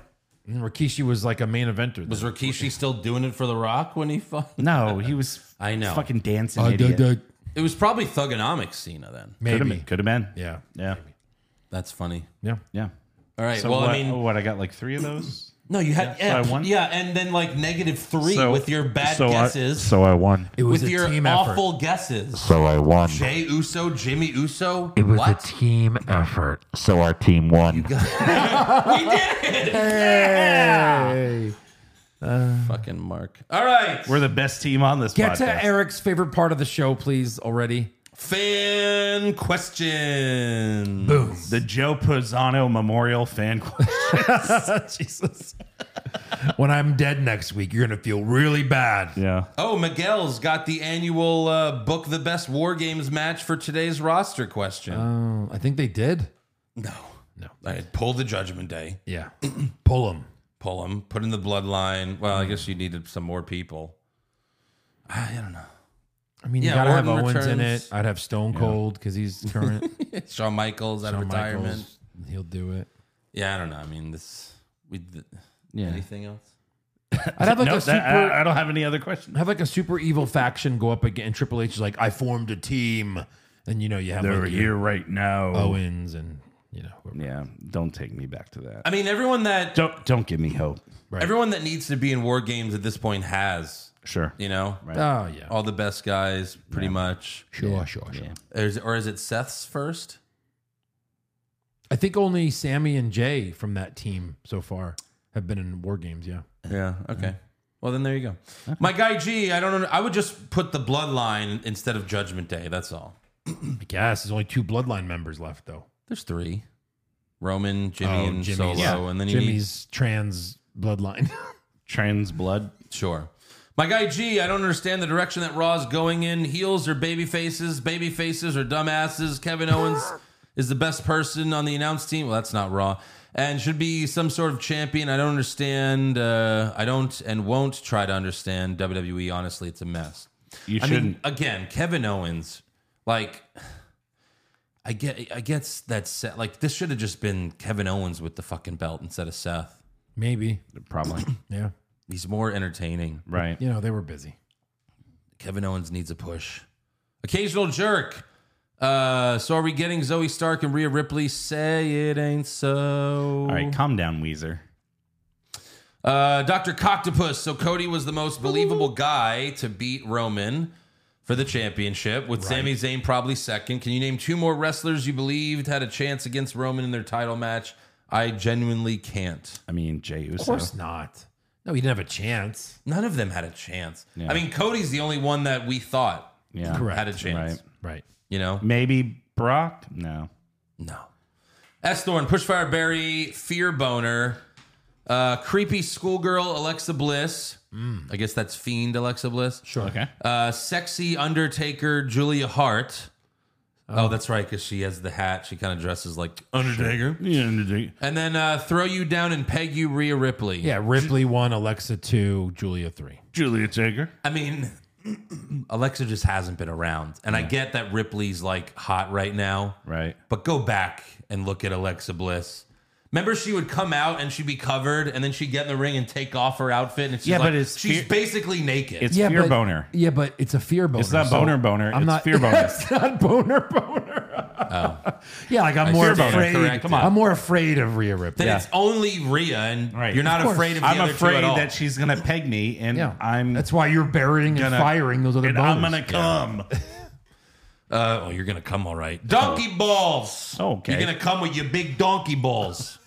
And Rikishi was like a main eventer. Was Rikishi still doing it for The Rock when he fought? No, he was I know. fucking dancing Uh, idiot. duh, duh. It was probably Thugonomics Cena then. Could have maybe. been. Could have been. Yeah. Yeah. That's funny. Yeah. Yeah. All right. So well, what, I mean, what I got like three of those. no, you had Oh. Yeah, yeah, so I won? yeah, and then like negative three So- with your bad so I- guesses, so I won. It was with a your team awful guesses. So I won. Jay Uso, Jimmy Uso. effort. It was what? a team effort. So our team won. we did it. Hey. Uh. Fucking Mark. All right. We're the best team on this Get podcast. to Eric's favorite part of the show, please. Already. Fan question. Boom. The Joe Posano Memorial Fan Club. Jesus. when I'm dead next week, you're gonna feel really bad. yeah. Oh, Miguel's got the annual uh, book the best war games match for today's roster question. Oh, I think they did. no, no. I had pulled the Judgment Day. Yeah. Pull him. Pull him. Put in the bloodline. Mm. Well, I guess you needed some more people. I don't know. I mean, Yeah, you gotta have Orton Owens in returns. it. I'd have Stone Cold because he's current. Shawn Michaels out of Shawn retirement. Michaels, he'll do it. Yeah, I don't know. I mean, this. We. Yeah. Anything else? I'd have like No, a that- super. I, I don't have any other questions. have like a super evil faction go up again. Triple H is like, I formed a team, and you know you have They're like your here right now. Oh, Owens and you know whoever. Yeah. Don't take me back to that. I mean, everyone that Don't don't give me hope. everyone that needs to be in war games at this point has. Sure. You know, Oh yeah, all the best guys, pretty much. sure, sure, sure. Is, or is it Seth's first? I think only Sammy and Jay from that team so far have been in war games. Yeah, Yeah. Okay. Mm-hmm. Well, then there you go. My guy G, I don't know. I would just put the bloodline instead of Judgment Day. That's all. I guess there's only two Bloodline members left though. There's three Roman, Jimmy, Oh, and Jimmy's- Solo. Oh, yeah, And then you need Jimmy's trans bloodline. trans blood. Sure. My guy G, I don't understand the direction that Raw's going in. Heels or baby faces, baby faces or dumbasses. Kevin Owens is the best person on the announced team. Well, that's not Raw. And should be some sort of champion. I don't understand. Uh, I don't and won't try to understand WWE. Honestly, it's a mess. You I shouldn't. mean, again, Kevin Owens, like I get, I guess that's Seth. Like this should have just been Kevin Owens with the fucking belt instead of Seth. Maybe. Probably. yeah. He's more entertaining, right? You know, they were busy. Kevin Owens needs a push. Occasional jerk. Uh, so are we getting Zoe Stark and Rhea Ripley? Say it ain't so. All right, calm down, Weezer. Uh, Dr. Coctopus. So Cody was the most believable guy to beat Roman for the championship, with Sami Zayn probably second. Can you name two more wrestlers you believed had a chance against Roman in their title match? I genuinely can't. I mean, Jey Uso. Of course not. No, he didn't have a chance. None of them had a chance. Yeah. I mean, Cody's the only one that we thought Yeah. had a chance. Right. Right. You know? Maybe Brock? No. No. S Thorn, Pushfire Berry, Fear Boner, uh, Creepy Schoolgirl, Alexa Bliss. I guess that's Fiend Alexa Bliss. Sure. Okay. Uh, sexy Undertaker, Julia Hart. Oh, that's right, because she has the hat. She kind of dresses like Undertaker. Yeah, Undertaker. And then uh, Throw You Down and Peg You, Rhea Ripley. Yeah, Ripley one, Alexa two, Julia three. Julia Taker. I mean, Alexa just hasn't been around. And I get that Ripley's like hot right now. Right. But go back and look at Alexa Bliss. Remember, she would come out and she'd be covered, and then she'd get in the ring and take off her outfit, and she's Yeah, like, but it's she's fear- basically naked. It's fear but, boner. Yeah, but it's a fear boner. It's not boner boner. it's fear boner. it's not boner boner. Oh. yeah, like I'm I more stand afraid. corrected. Come on. I'm more afraid of Rhea Ripley. then it's only Rhea, and Right. you're not Of course. afraid of the I'm other two afraid at all. that she's gonna peg me, and Yeah. I'm That's why you're burying gonna- and firing those other and boners. I'm gonna come. Uh, oh, you're gonna come all right. Donkey balls. Oh, okay. You're gonna come with your big donkey balls.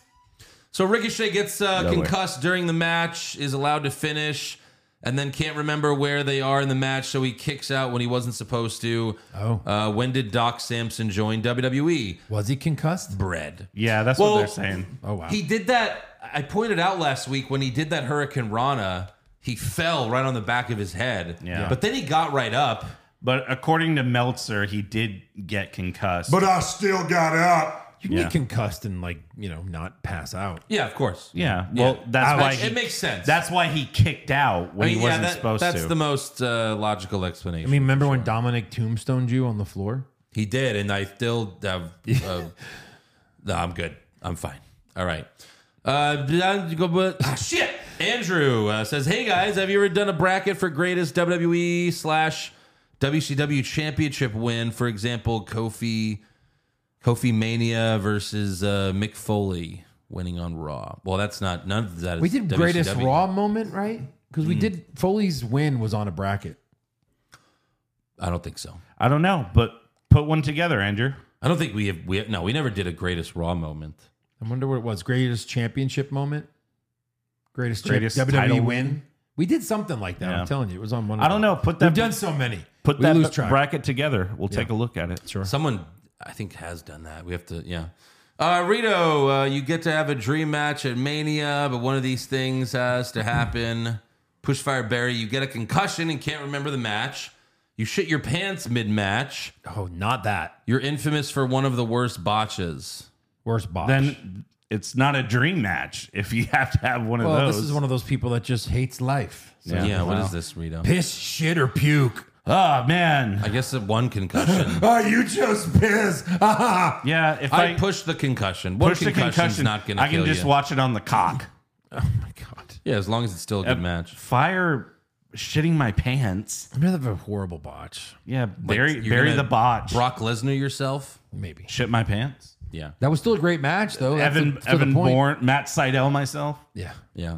so Ricochet gets uh, way. concussed during the match, is allowed to finish, and then can't remember where they are in the match, so he kicks out when he wasn't supposed to. Oh. Uh, when did Doc Samson join WWE? Was he concussed? Bread. Yeah, that's Well- what they're saying. Oh wow. He did that. I pointed out last week when he did that Hurricane Rana, he fell right on the back of his head. Yeah. But then he got right up. But according to Meltzer, he did get concussed. But I still got up. you uh, can Yeah. get concussed and like you know not pass out. Yeah, of course. yeah, well, that's why It- he, it makes sense. That's why he kicked out when I mean, he wasn't that- supposed that's to. the most uh, logical explanation. I mean, remember when Dominic tombstoned you on the floor? he did, and I still have. Uh, no, I'm good. I'm fine. All right. Uh, ah, shit. Andrew uh, says, "Hey guys, have you ever done a bracket for greatest WWE slash WCW championship win? For example, Kofi Kofi Mania versus uh, Mick Foley winning on Raw. Well, that's not none of that. Is We did WCW. greatest Raw moment, right? Because we did Foley's win was on a bracket. I don't think so. I don't know, but put one together, Andrew. I don't think we have. We no, we never did a greatest Raw moment." I wonder what it was. Greatest championship moment. Greatest, Greatest greatest WWE title E win. win? We did something like that. Yeah. I'm telling you, it was on one. Of I don't them. know. Put that We've done so many. put we that lose track. bracket together. We'll take a look at it. Sure. Someone, I think, has done that. We have to, yeah. Uh, Rito, uh, you get to have a dream match at Mania, but one of these things has to happen. Pushfire Barry, you get a concussion and can't remember the match. You shit your pants mid match. Oh, not that. You're infamous for one of the worst botches. Worst boss. Then it's not a dream match if you have to have one of well, those. Oh, this is one of those people that just hates life. So Yeah, Yeah. what Wow. is this, Rito? Piss, shit, or puke. oh man. I guess that one concussion. Oh, you just pissed. Yeah. If I, I push the concussion. One push the concussion's concussion, not going to I kill can just you. watch it on the cock. Oh, my god. yeah, as long as it's still a good match. Fire shitting my pants. I'm gonna have a horrible botch. Yeah. Bury You're bury gonna the botch. Brock Lesnar yourself. Maybe Shit my pants. Yeah. that was still a great match though. That's Evan the- to the Evan point. Bourne, Matt Seidel, myself. Yeah. Yeah.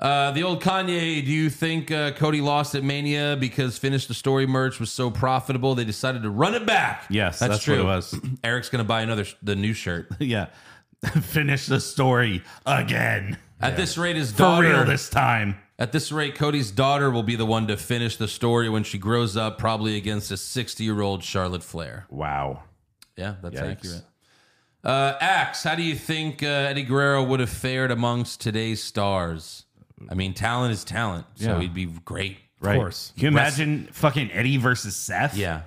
Uh, the old Kanye, do you think uh, Cody lost at Mania because Finish the Story merch was so profitable they decided to run it back? Yes, that's what it was. Eric's going to buy another sh- the new shirt. yeah. Finish the story again. At this rate his For real daughter this time. at this rate Cody's daughter will be the one to finish the story when she grows up probably against a 60-year-old Charlotte Flair. Wow. Yeah, that's Yikes. accurate. Uh, Axe, how do you think uh, Eddie Guerrero would have fared amongst today's stars? I mean, talent is talent, so Yeah. he'd be great. Right. Can you imagine fucking Eddie versus Seth? Yeah.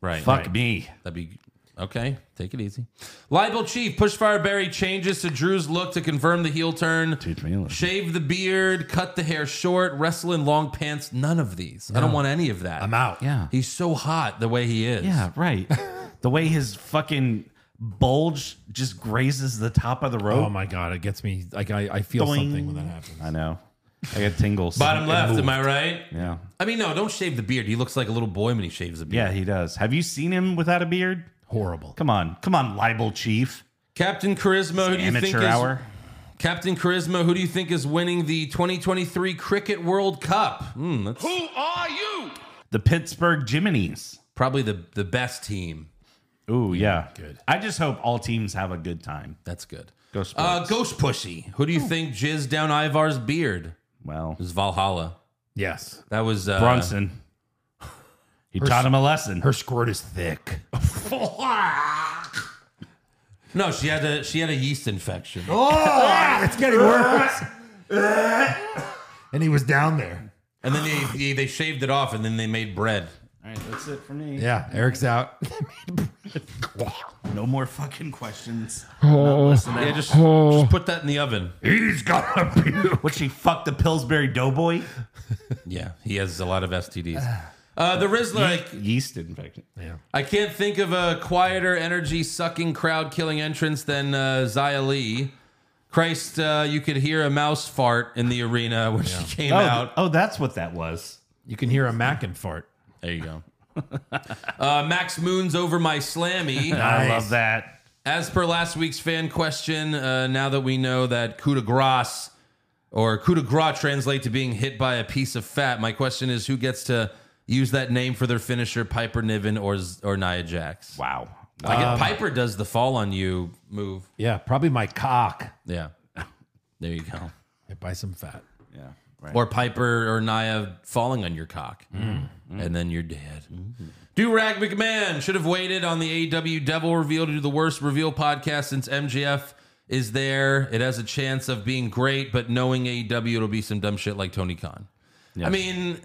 Right. Fuck Right. me. That'd be okay. Take it easy. Libel Chief Pushfire Berry changes to Drew's look to confirm the heel turn. Shave the beard, cut the hair short, wrestle in long pants. None of these. I don't No. want any of that. I'm out. Yeah. He's so hot the way he is. Yeah, right. the way his fucking bulge just grazes the top of the rope. Oh my god, it gets me. Like I, I feel something when that happens. I know. I get tingles. Bottom left, am I right? Yeah. I mean, no, don't shave the beard. He looks like a little boy when he shaves the beard. Yeah, he does. Have you seen him without a beard? Horrible. Come on. Come on, libel chief. Captain Charisma, who do you Amateur think is hour. Captain Charisma, who do you think is winning the 2023 Cricket World Cup? Hmm, that's Who are you? The Pittsburgh Jiminies. probably the the best team. Ooh, yeah. Good. I just hope all teams have a good time. That's good. Go Spurs. Uh, Ghost Pushy, who do you think jizzed down Ivar's beard? well, It was Valhalla. Yes. That was uh, Brunson. He taught him a lesson. Her squirt is thick. No, she had a she had a yeast infection. Oh, it's getting worse. and he was down there. And then they, they they shaved it off, and then they made bread. All right, that's it for me. Yeah, Eric's out. No more fucking questions. Yeah, just, oh. just put that in the oven. He's got a beard. Would she fuck the Pillsbury Doughboy? Yeah, he has a lot of STDs. Uh, the Rizzler, I, Yeast infection. Yeah. I can't think of a quieter, energy sucking, crowd killing entrance than uh, Zia Lee. Christ, uh, you could hear a mouse fart in the arena when she came Oh, out. oh, that's what that was. You can hear a Mac and fart. There you go. uh, Max Moon's over my slammy. I love that. As per last week's fan question, uh, now that we know that coup de grace or coup de grace translate to being hit by a piece of fat, my question is who gets to use that name for their finisher, Piper Niven or or Nia Jax? Wow. I get Piper does the fall on you move. Yeah, probably my cock. Yeah. There you go. Hit by some fat. Yeah. Right. Or Piper or Nia falling on your cock. And then you're dead. Do Rag McMahon should have waited on the AW Devil reveal to do the worst reveal podcast since MJF is there. It has a chance of being great, but knowing AEW, it'll be some dumb shit like Tony Khan. I mean,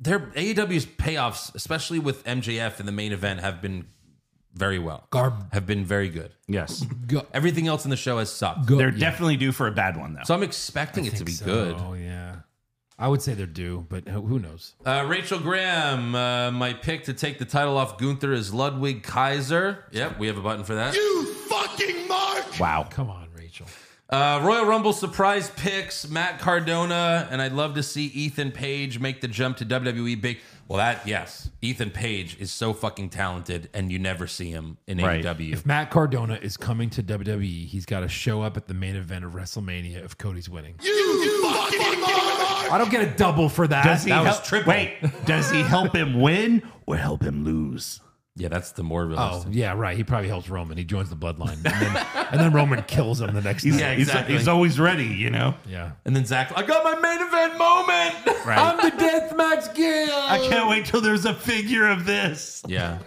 their AEW's payoffs, especially with MJF in the main event, have been very well. Garb. Have been very good. Yes. Everything else in the show has sucked. They're definitely due for a bad one, though. So I'm expecting it to be good. Oh yeah. I would say they're due, but who who knows? Uh, Rachel Graham, uh, my pick to take the title off Gunther is Ludwig Kaiser. Yep, we have a button for that. You fucking mark! wow. Come on, Rachel. Uh, Royal Rumble surprise picks Matt Cardona, and I'd love to see Ethan Page make the jump to WWE big. Well, that yes, Ethan Page is so fucking talented, and you never see him in Right. AEW. If Matt Cardona is coming to WWE, he's got to show up at the main event of WrestleMania if Cody's winning. You, fucking, mark! I don't get a double for that. Does he That was help? Wait, does he help him win or help him lose? Yeah, that's the more Oh realistic. yeah, right. He probably helps Roman. He joins the bloodline, and then, and then Roman kills him the next night. Yeah, He's- exactly. He's, always ready, you know. Yeah. And then Zach, I got my main event moment. Right. I'm the deathmatch I king. can't wait till there's a figure of this. Yeah,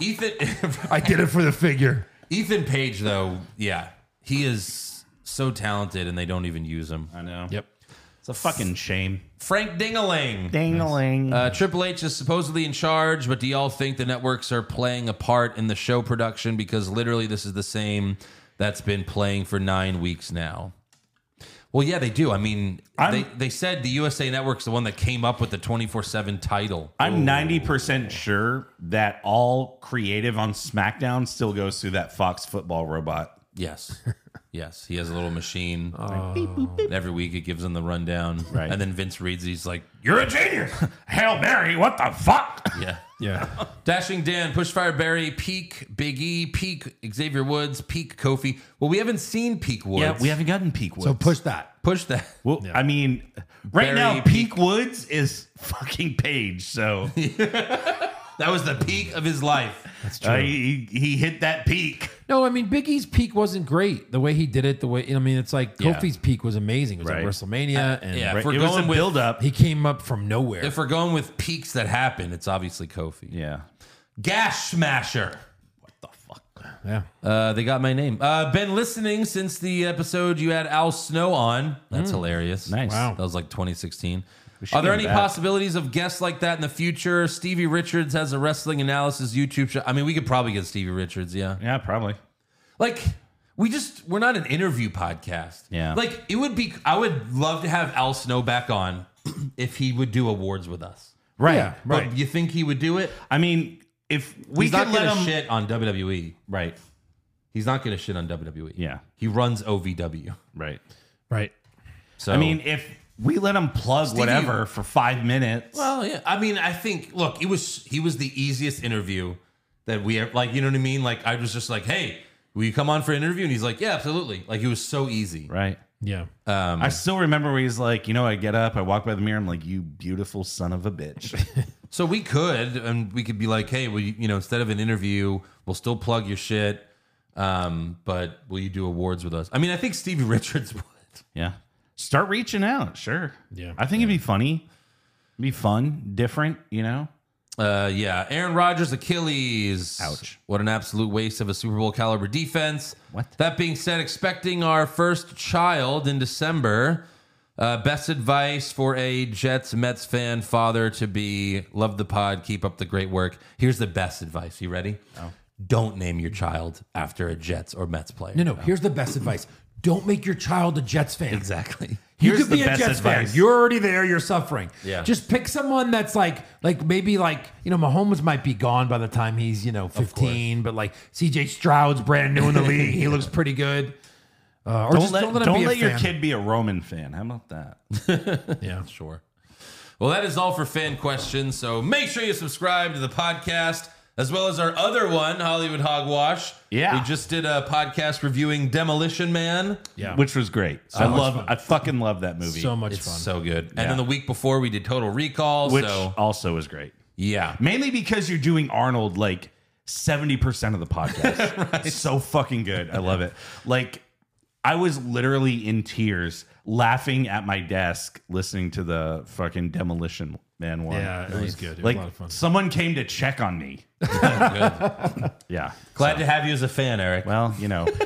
Ethan. I did it for the figure. Ethan Page, though, yeah, he is so talented, and they don't even use him. I know. Yep. It's a fucking shame. Frank Dingaling. Dangling. Uh, Triple H is supposedly in charge, but do y'all think the networks are playing a part in the show production? Because literally, this is the same that's been playing for nine weeks now. Well, yeah, they do. I mean, they, they said the USA Network's the one that came up with the 24 7 title. I'm 90% sure that all creative on SmackDown still goes through that Fox football robot. Yes. Yes, he has a little machine. And Every week it gives him the rundown. Oh. Right. And then Vince reads, he's like, You're a genius. Hail Mary, what the fuck? yeah. Yeah. Dashing Dan, Pushfire Barry, Peak Big E, Peak Xavier Woods, Peak Kofi. Well, we haven't seen Peak Woods. Yeah, we haven't gotten Peak Woods. So push that. push that. Well, I mean, right Very now, peak. Peak Woods is fucking Page. So That was the peak of his life. uh, he, he hit that peak. No, I mean Biggie's peak wasn't great. The way he did it, the way I mean, it's like Yeah. Uh, Kofi's peak was amazing. It was Right. at WrestleMania, and yeah. If Right? we're It was going a with- build up. he came up from nowhere. If we're going with peaks that happen, it's obviously Kofi. Yeah. Gash Smasher. What the fuck? Yeah. Uh, they got my name. Uh, been listening since the episode you had Al Snow on. That's Mm. hilarious. Nice. Wow. That was like 2016. should Are there get any him back. possibilities of guests like that in the future? Stevie Richards has a wrestling analysis YouTube show. I mean, we could probably get Stevie Richards. Yeah. Yeah, probably. Like, we just, we're not an interview podcast. Yeah. Like, it would be, I would love to have Al Snow back on if he would do awards with us. Right. Yeah, right. you think he would do it? I mean, if we He's could not let gonna him shit on WWE. Right. He's not going to shit on WWE. Yeah. He runs OVW. Right. Right. So I mean, if we let him plug Stevie- whatever for five minutes. well, oh, yeah. I mean, I think look, it was he was the easiest interview that we ever like, you know what I mean? Like I was just like, "Hey, will you come on for an interview?" And he's like, "Yeah, absolutely." Like it was so easy. Right. Yeah. Uh, Um I still remember where he's like, you know, I get up, I walk by the mirror, I'm like, you beautiful son of a bitch. So we could, and we could be like, hey, will you, you know, instead of an interview, we'll still plug your shit, um, but will you do awards with us? I mean, I think Stevie Richards would. yeah. Start reaching out. Sure. Yeah. I think it'd be funny. It'd be fun, different, you know? Uh, yeah, Aaron Rodgers Achilles. Ouch! What an absolute waste of a Super Bowl caliber defense. What? That being said, expecting our first child in December. Uh, best advice for a Jets Mets fan father to be: love the pod, keep up the great work. Here's the best advice. You ready? Don't name your child after a Jets or Mets player. No, no. Here's the best advice: don't make your child a Jets fan. Exactly. You Here's could the be a best Jets advice. fan. You're already there. You're suffering. Yeah. Just pick someone that's like, like maybe like you know, Mahomes might be gone by the time he's you know 15, but like C.J. Stroud's brand new in the league. He looks pretty good. Uh, or don't just let, don't let, him don't be a let your fan. kid be a Roman fan. How about that? yeah. Sure. Well, that is all for fan questions. So make sure you subscribe to the podcast as well as our other one, Hollywood Hogwash. Yeah. We just did a podcast reviewing Demolition Man. Yeah. Which was great. So I much love fun. I fucking love that movie. So much fun. So good. Yeah. And then the week before we did Total Recall. Which so also is great. yeah. Mainly because you're doing Arnold like 70% of the podcast. So fucking good. I love it. Like, I was literally in tears laughing at my desk listening to the fucking Demolition Man one. Yeah, it was good. It was like, a lot of fun. someone came to check on me. yeah. Glad to have you as a fan, Eric. Well, you know.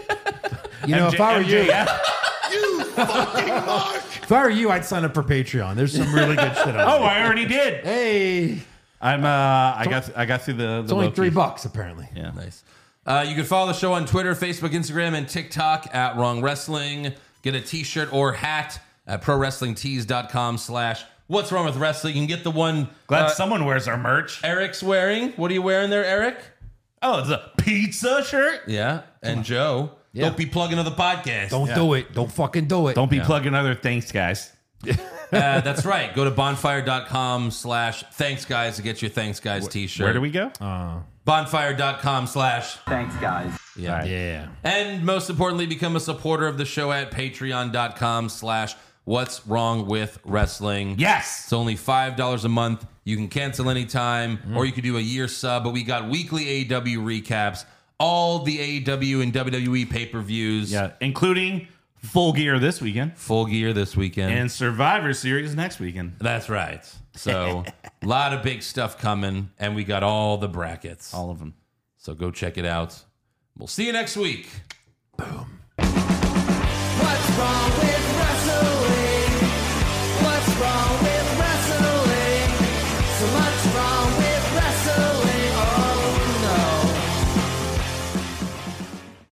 You know, if I were you, MJF. if I were you, I'd sign up for Patreon. There's some really good shit. on Oh, there. I already did. Hey, I'm, uh, I got, I got through the, the it's only Loki. three bucks apparently. Yeah. Nice. Uh, you can follow the show on Twitter, Facebook, Instagram, and TikTok at Wrong Wrestling. Get a t-shirt or hat at prowrestlingtees.com slash what's wrong with wrestling. You can get the one Glad uh, someone wears our merch. Eric's wearing. What are you wearing there, Eric? Oh, it's a pizza shirt. Yeah. And Joe, don't be plugging to the podcast. Don't do it. Don't fucking do it. Don't be plugging other things, guys. Uh, that's right. Go to bonfire.com slash thanks guys to get your thanks guys t-shirt. Where do we go? Oh, Bonfire.com slash Thanks, guys. Yeah. Yeah. And most importantly, become a supporter of the show at patreon.com slash what's wrong with wrestling. Yes. It's only $5 a month. You can cancel anytime Mm. or you could do a year sub, but we got weekly AEW recaps, all the AEW and WWE pay-per-views, Yeah, including Full Gear this weekend full gear this weekend. and Survivor Series next weekend. That's right. So, a lot of big stuff coming, and we got all the brackets. All of them. So, go check it out. We'll see you next week. Boom. Oh,